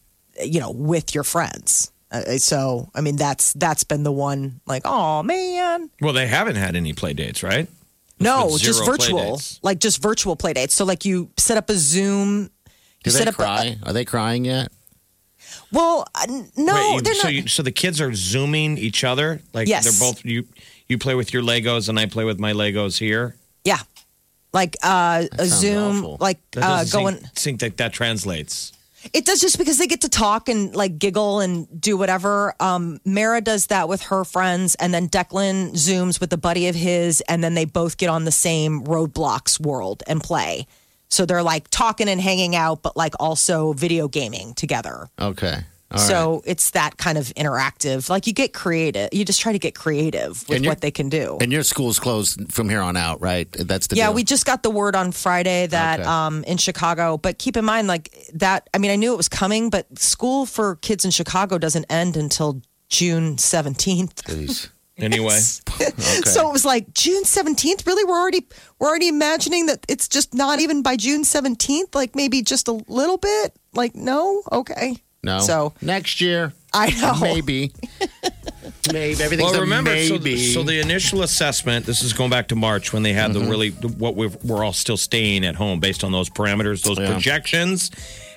Speaker 4: you know, with your friends. Uh, so, I mean, that's that's been the one like, oh man.
Speaker 5: Well, they haven't had any play dates, right?
Speaker 4: No,
Speaker 5: been
Speaker 4: just
Speaker 5: zero play
Speaker 4: virtual.
Speaker 5: dates.
Speaker 4: Like just virtual play dates. So like you set up a Zoom
Speaker 6: Do
Speaker 4: you set
Speaker 6: they
Speaker 4: up a- uh,
Speaker 6: cry? are they crying yet?
Speaker 4: well, uh, n- no,
Speaker 5: Wait, you-
Speaker 4: they're
Speaker 5: so
Speaker 4: not.
Speaker 5: you, so the kids are zooming each other. Like
Speaker 4: Yes.
Speaker 5: they're both you. You play with your Legos and I play with my Legos here.
Speaker 4: yeah. Like uh, a
Speaker 6: sounds
Speaker 4: Zoom,
Speaker 6: awful.
Speaker 4: like
Speaker 5: That
Speaker 4: uh,
Speaker 5: doesn't
Speaker 4: going.
Speaker 5: think, think that that translates.
Speaker 4: It does just because they get to talk and like giggle and do whatever. Um, Mara does that with her friends, and then Declan zooms with a buddy of his, and then they both get on the same roadblocks world and play. So they're like talking and hanging out, but like also video gaming together.
Speaker 6: Okay. All right.
Speaker 4: so it's that kind of interactive. Like you get creative. You just try to get creative with
Speaker 6: And you're-
Speaker 4: what they can do.
Speaker 6: And your school's closed from here on out, right? That's the
Speaker 4: Yeah,
Speaker 6: deal.
Speaker 4: we just got the word on Friday that
Speaker 6: Okay.
Speaker 4: um, in Chicago, but keep in mind, like that, I mean, I knew it was coming, but school for kids in Chicago doesn't end until June <laughs> 17th.
Speaker 6: Jeez.
Speaker 5: Anyway,
Speaker 4: So it was like June 17th, really? We're already, we're already imagining that it's just not even by June 17th, like maybe just a little bit. Like, no, okay.
Speaker 6: No.
Speaker 4: So
Speaker 6: next year,
Speaker 4: I know.
Speaker 6: maybe, maybe everything's
Speaker 5: well,
Speaker 6: a
Speaker 5: remember, so,
Speaker 6: maybe.
Speaker 5: so the initial assessment. This is going back to March when they had
Speaker 6: Mm-hmm.
Speaker 5: the really what we've, we're all still staying at home based on those parameters, those
Speaker 6: Yeah.
Speaker 5: projections,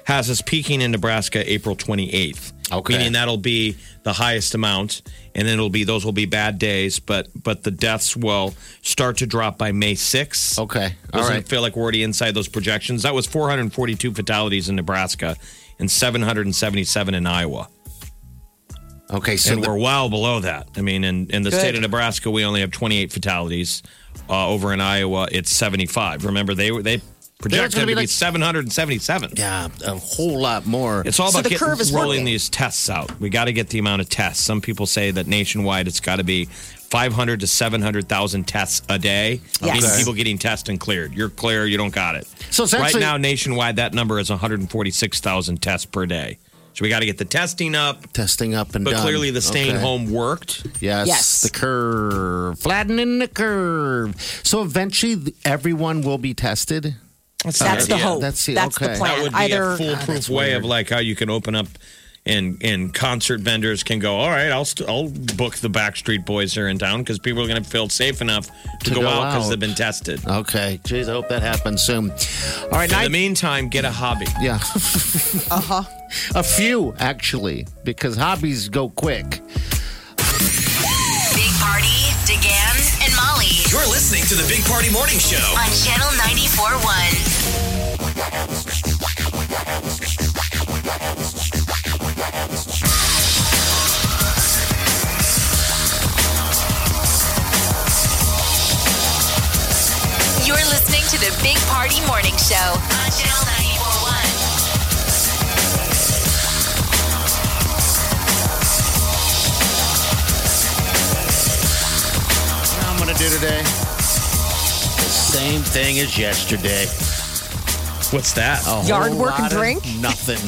Speaker 5: has us peaking in Nebraska April twenty eighth.
Speaker 6: Okay.
Speaker 5: meaning that'll be the highest amount, and it'll be those will be bad days, but but the deaths will start to drop by May sixth.
Speaker 6: okay, all
Speaker 5: Doesn't
Speaker 6: right.
Speaker 5: it feel like we're already inside those projections? That was 442 fatalities in Nebraska and 777 in Iowa.
Speaker 6: Okay,
Speaker 5: so we're well below that. I mean, in, in the
Speaker 6: Good.
Speaker 5: state of Nebraska, we only have 28 fatalities. Uh, over in Iowa, it's 75. Remember, they were they projected
Speaker 6: gonna
Speaker 5: them to
Speaker 6: be
Speaker 5: be
Speaker 6: like-
Speaker 5: 777.
Speaker 6: Yeah, a whole lot more.
Speaker 5: It's all
Speaker 6: So
Speaker 5: about
Speaker 6: the
Speaker 5: getting,
Speaker 6: curve is
Speaker 5: rolling
Speaker 6: working.
Speaker 5: these tests out. We got to get the amount of tests. Some people say that nationwide, it's got to be 500 to 700,000 tests a day.
Speaker 6: Yes.
Speaker 5: Meaning
Speaker 6: Okay.
Speaker 5: people getting tested and cleared. You're clear. You don't got it.
Speaker 6: So it's
Speaker 5: right
Speaker 6: actually-
Speaker 5: now nationwide, that number is 146,000 tests per day. So we got to get the testing up.
Speaker 6: Testing up and
Speaker 5: But
Speaker 6: done.
Speaker 5: clearly, the staying
Speaker 6: Okay.
Speaker 5: home worked.
Speaker 6: Yes, the curve, flattening the curve. So eventually, th- everyone will be tested.
Speaker 4: That's the That's the idea. hope.
Speaker 6: That's the,
Speaker 4: That's the
Speaker 6: okay.
Speaker 4: plan.
Speaker 5: That would be a foolproof way of like how you can open up, and and concert vendors can go. All right, I'll st- I'll book the Backstreet Boys here in town because people are going to feel safe enough to, go, out because they've been tested.
Speaker 6: Okay, jeez, I hope that happens soon. All right,
Speaker 5: In
Speaker 6: now
Speaker 5: the meantime, get a hobby.
Speaker 4: <laughs>
Speaker 6: Yeah. uh huh.
Speaker 4: Uh-huh.
Speaker 6: A few actually, because hobbies go quick.
Speaker 3: Big Party, DeGan, and Molly.
Speaker 2: You're listening to the Big Party Morning Show.
Speaker 3: on Channel 94.1. You're listening to the Big Party Morning Show on Channel 94.1.
Speaker 6: You know what I'm gonna do today the same thing as yesterday.
Speaker 5: What's that?
Speaker 6: A
Speaker 4: Yard
Speaker 6: whole
Speaker 4: work and
Speaker 6: lot of
Speaker 4: drink?
Speaker 6: Nothing.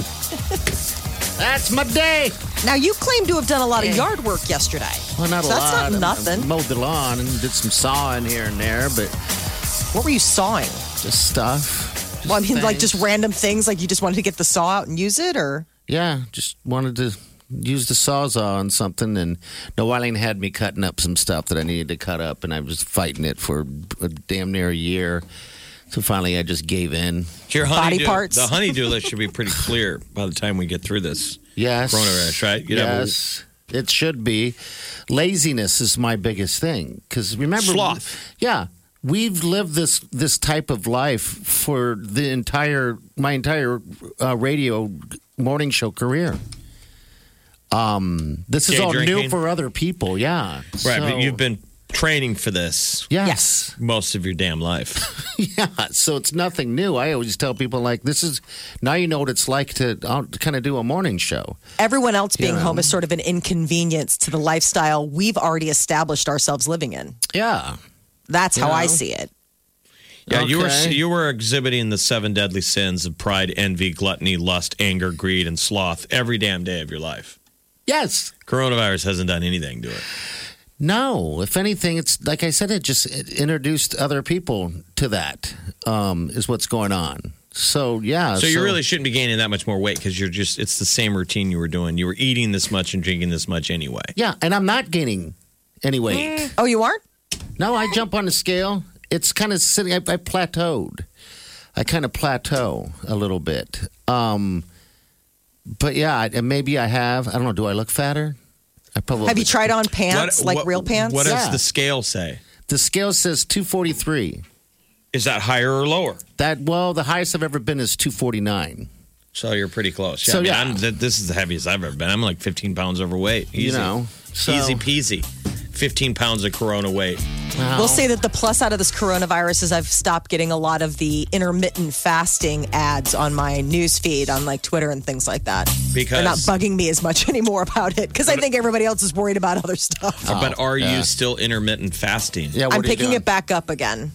Speaker 6: <laughs> That's my day.
Speaker 4: Now you claim to have done a lot of yard work yesterday.
Speaker 6: Well, not
Speaker 4: so
Speaker 6: a
Speaker 4: that's
Speaker 6: lot. Um,
Speaker 4: not
Speaker 6: I-
Speaker 4: nothing.
Speaker 6: I mowed the lawn and did some sawing here and there, but
Speaker 4: what were you sawing?
Speaker 6: just stuff.
Speaker 4: well, I mean, like
Speaker 6: things.
Speaker 4: just random things. Like you just wanted to get the saw out and use it, or
Speaker 6: Yeah, just wanted to use the sawzall on something, and Noeline had me cutting up some stuff that I needed to cut up, and I was fighting it for a damn near a year. So finally, I just gave in.
Speaker 5: Your
Speaker 6: Body
Speaker 5: honeydew-
Speaker 6: parts.
Speaker 5: The honeydew list should be pretty clear by the time we get through this.
Speaker 6: Yes.
Speaker 5: Coronavirus, right? You'd have a-
Speaker 6: yes. It should be. Laziness is my biggest thing because remember,
Speaker 5: Sloth.
Speaker 6: Yeah, we've lived this this type of life for the entire my entire uh, radio morning show career. Um, this is
Speaker 5: Day
Speaker 6: all new
Speaker 5: drinking?
Speaker 6: for other people. Yeah,
Speaker 5: Right,
Speaker 6: So-
Speaker 5: but you've been training for this.
Speaker 6: Yes.
Speaker 5: Most of your damn <laughs> life.
Speaker 6: yeah, so it's nothing new. I always tell people like this is now you know what it's like to kind of do a morning show.
Speaker 4: everyone else being
Speaker 6: Yeah.
Speaker 4: home is sort of an inconvenience to the lifestyle we've already established ourselves living in.
Speaker 6: Yeah.
Speaker 4: That's how I
Speaker 6: Yeah.
Speaker 4: see it.
Speaker 5: Yeah, you were
Speaker 6: Okay.
Speaker 5: you were exhibiting the seven deadly sins of pride, envy, gluttony, lust, anger, greed, and sloth every damn day of your life.
Speaker 6: Yes.
Speaker 5: Coronavirus hasn't done anything to it.
Speaker 6: No, if anything, it's like I said, it just it introduced other people to that um, is what's going on. So yeah,
Speaker 5: so, you really shouldn't be gaining that much more weight because you're just it's the same routine you were doing. You were eating this much and drinking this much anyway.
Speaker 6: yeah, and I'm not gaining any weight.
Speaker 5: Mm.
Speaker 4: Oh, you aren't?
Speaker 6: No, I jump on the scale. It's kind of sitting. I, I plateaued. I kind of plateau a little bit. Um, but yeah, I, and maybe I have. I don't know. Do I look fatter? I probably
Speaker 4: Have you tried on pants,
Speaker 5: What-
Speaker 4: like
Speaker 5: what-
Speaker 4: real pants?
Speaker 5: What does
Speaker 6: Yeah.
Speaker 5: the scale say?
Speaker 6: The scale says 243.
Speaker 5: Is that higher or lower?
Speaker 6: That well, the highest I've ever been is 249.
Speaker 5: So you're pretty close. Yeah,
Speaker 6: So,
Speaker 5: I mean,
Speaker 6: yeah.
Speaker 5: I'm, th- this is the heaviest I've ever been. I'm like 15 pounds overweight. Easy.
Speaker 6: You know, so-
Speaker 5: easy peasy. 15 pounds of corona weight.
Speaker 4: We'll say that the plus out of this coronavirus is I've stopped getting a lot of the intermittent fasting ads on my news feed on like Twitter and things like that.
Speaker 5: Because-
Speaker 4: they're not bugging me as much <laughs> anymore about it because I think everybody else is worried about other stuff.
Speaker 5: but are
Speaker 6: yeah.
Speaker 5: you still intermittent fasting?
Speaker 4: I'm picking it back up again.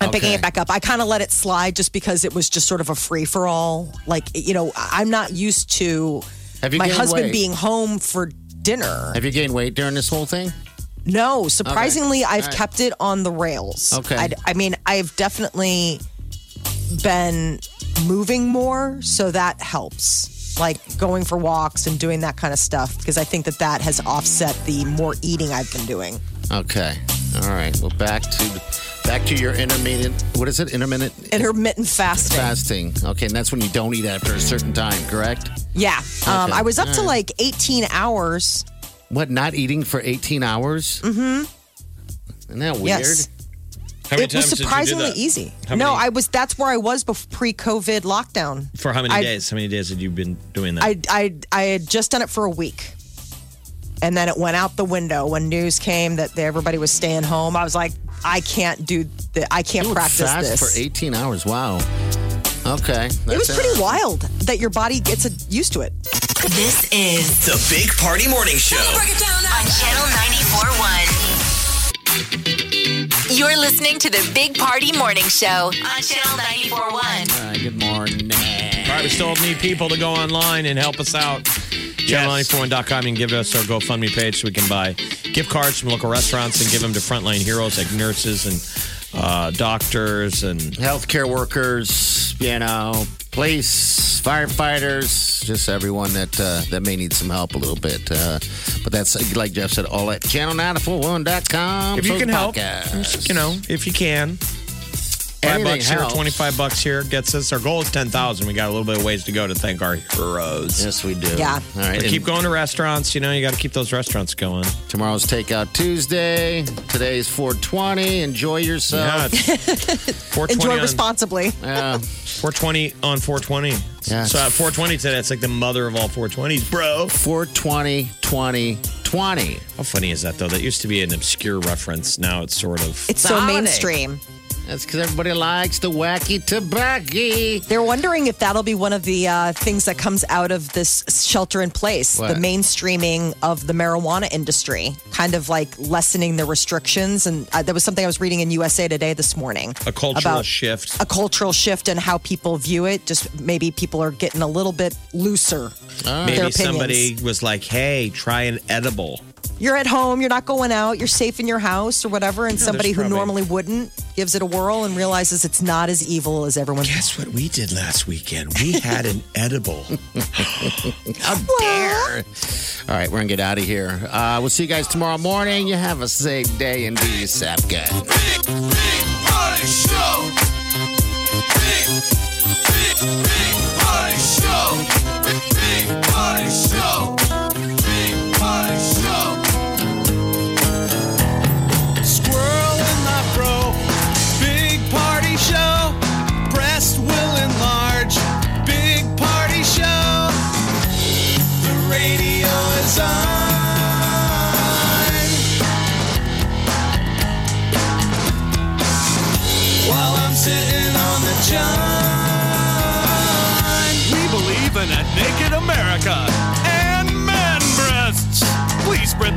Speaker 4: I'm picking it back up. I kind of let it slide just because it was just sort of a free for all. Like you know, I- I'm not used to
Speaker 6: Have you
Speaker 4: my
Speaker 6: gained
Speaker 4: husband
Speaker 6: weight?
Speaker 4: being home for dinner.
Speaker 6: Have you gained weight during this whole thing?
Speaker 4: No, surprisingly,
Speaker 6: Okay.
Speaker 4: I've
Speaker 6: All right.
Speaker 4: kept it on the rails.
Speaker 6: Okay.
Speaker 4: I'd- I, mean, I've definitely been moving more, so that helps. Like going for walks and doing that kind of stuff, because I think that that has offset the more eating I've been doing.
Speaker 6: Okay. All right. Well, back to back to your intermittent. What is it? Intermittent
Speaker 4: Intermittent fasting.
Speaker 6: fasting. Okay, and that's when you don't eat after a certain time, correct?
Speaker 4: Yeah. Um,
Speaker 6: Okay.
Speaker 4: I was up to
Speaker 6: All
Speaker 4: like 18 hours.
Speaker 6: What? Not eating for 18 hours?
Speaker 4: Mm-hmm.
Speaker 6: Isn't that weird?
Speaker 4: Yes.
Speaker 5: How many
Speaker 4: it was
Speaker 5: times did you do
Speaker 4: surprisingly
Speaker 5: that?
Speaker 4: easy.
Speaker 5: How
Speaker 4: no,
Speaker 5: many-
Speaker 4: I was, that's where I was before pre COVID lockdown.
Speaker 5: For how many
Speaker 4: I-
Speaker 5: days? How many days had you been doing that?
Speaker 4: I, I, I had just done it for a week. And then it went out the window when news came that everybody was staying home. I was like, I can't do that. I can't
Speaker 6: You would
Speaker 4: practice
Speaker 6: fast
Speaker 4: this.
Speaker 6: for 18 hours. Wow. Okay.
Speaker 4: it was
Speaker 6: that's
Speaker 4: pretty wild that your body gets a, used to it.
Speaker 3: This is
Speaker 2: The Big Party Morning Show.
Speaker 3: on Channel 94.1. You're listening to the Big Party Morning Show on Channel 94.1.
Speaker 6: All right, good morning.
Speaker 5: All right, we still need people to go online and help us out. Channel941.com and give us our GoFundMe page so we can buy gift cards from local restaurants and give them to frontline heroes like nurses and uh, doctors and
Speaker 6: Healthcare workers, you know, police, firefighters, just everyone that uh, that may need some help a little bit. Uh, but that's, like Jeff said, all at channel941.com.
Speaker 5: If you can help,
Speaker 6: podcast.
Speaker 5: you know, if you can. Five
Speaker 6: Anything
Speaker 5: bucks here,
Speaker 6: helps.
Speaker 5: twenty-five bucks here gets us. Our goal is ten thousand. We got a little bit of ways to go to thank our heroes.
Speaker 6: Yes, we do.
Speaker 4: Yeah.
Speaker 6: All right.
Speaker 5: But
Speaker 6: and-
Speaker 5: keep going to restaurants. You know, you got to keep those restaurants going.
Speaker 6: Tomorrow's Takeout Tuesday. Today's 420. Enjoy
Speaker 5: Yeah,
Speaker 6: yourself.
Speaker 5: it's
Speaker 6: <laughs>
Speaker 5: 420
Speaker 4: Enjoy
Speaker 5: on-
Speaker 4: responsibly.
Speaker 6: Yeah.
Speaker 5: 420 on 420.
Speaker 6: Yeah.
Speaker 5: So at 420 today, it's like the mother of all 420s, bro.
Speaker 6: 420, 20, 20.
Speaker 5: How funny is that, though? That used to be an obscure reference. Now it's sort of.
Speaker 4: It's so
Speaker 6: Holiday.
Speaker 4: mainstream.
Speaker 6: That's because everybody likes the wacky tobacco.
Speaker 4: They're wondering if that'll be one of the uh, things that comes out of this shelter in place, the
Speaker 6: What?
Speaker 4: mainstreaming of the marijuana industry, kind of like lessening the restrictions. And uh, that was something I was reading in USA Today this morning.
Speaker 5: a cultural
Speaker 4: about
Speaker 5: shift.
Speaker 4: a cultural shift in how people view it. Just maybe people are getting a little bit looser.
Speaker 5: Maybe
Speaker 4: their opinions.
Speaker 5: somebody was like, hey, try an edible.
Speaker 4: You're at home, you're not going out, you're safe in your house or whatever, and somebody who
Speaker 5: there's probably-
Speaker 4: normally wouldn't gives it a whirl and realizes it's not as evil as everyone.
Speaker 5: Guess what we did last weekend? We had an <laughs> edible.
Speaker 6: All right, we're going to get out of here. Uh, we'll see you guys tomorrow morning. You have a safe day and be yourself good.
Speaker 2: Big, big party show. Big, big, big party show. Big, big party show. Big party show. Squirrel in my bro. Big party show. Breast will enlarge. Big party show. The radio is on. while I'm sitting on the john. We believe in a naked America and man breasts. Please spread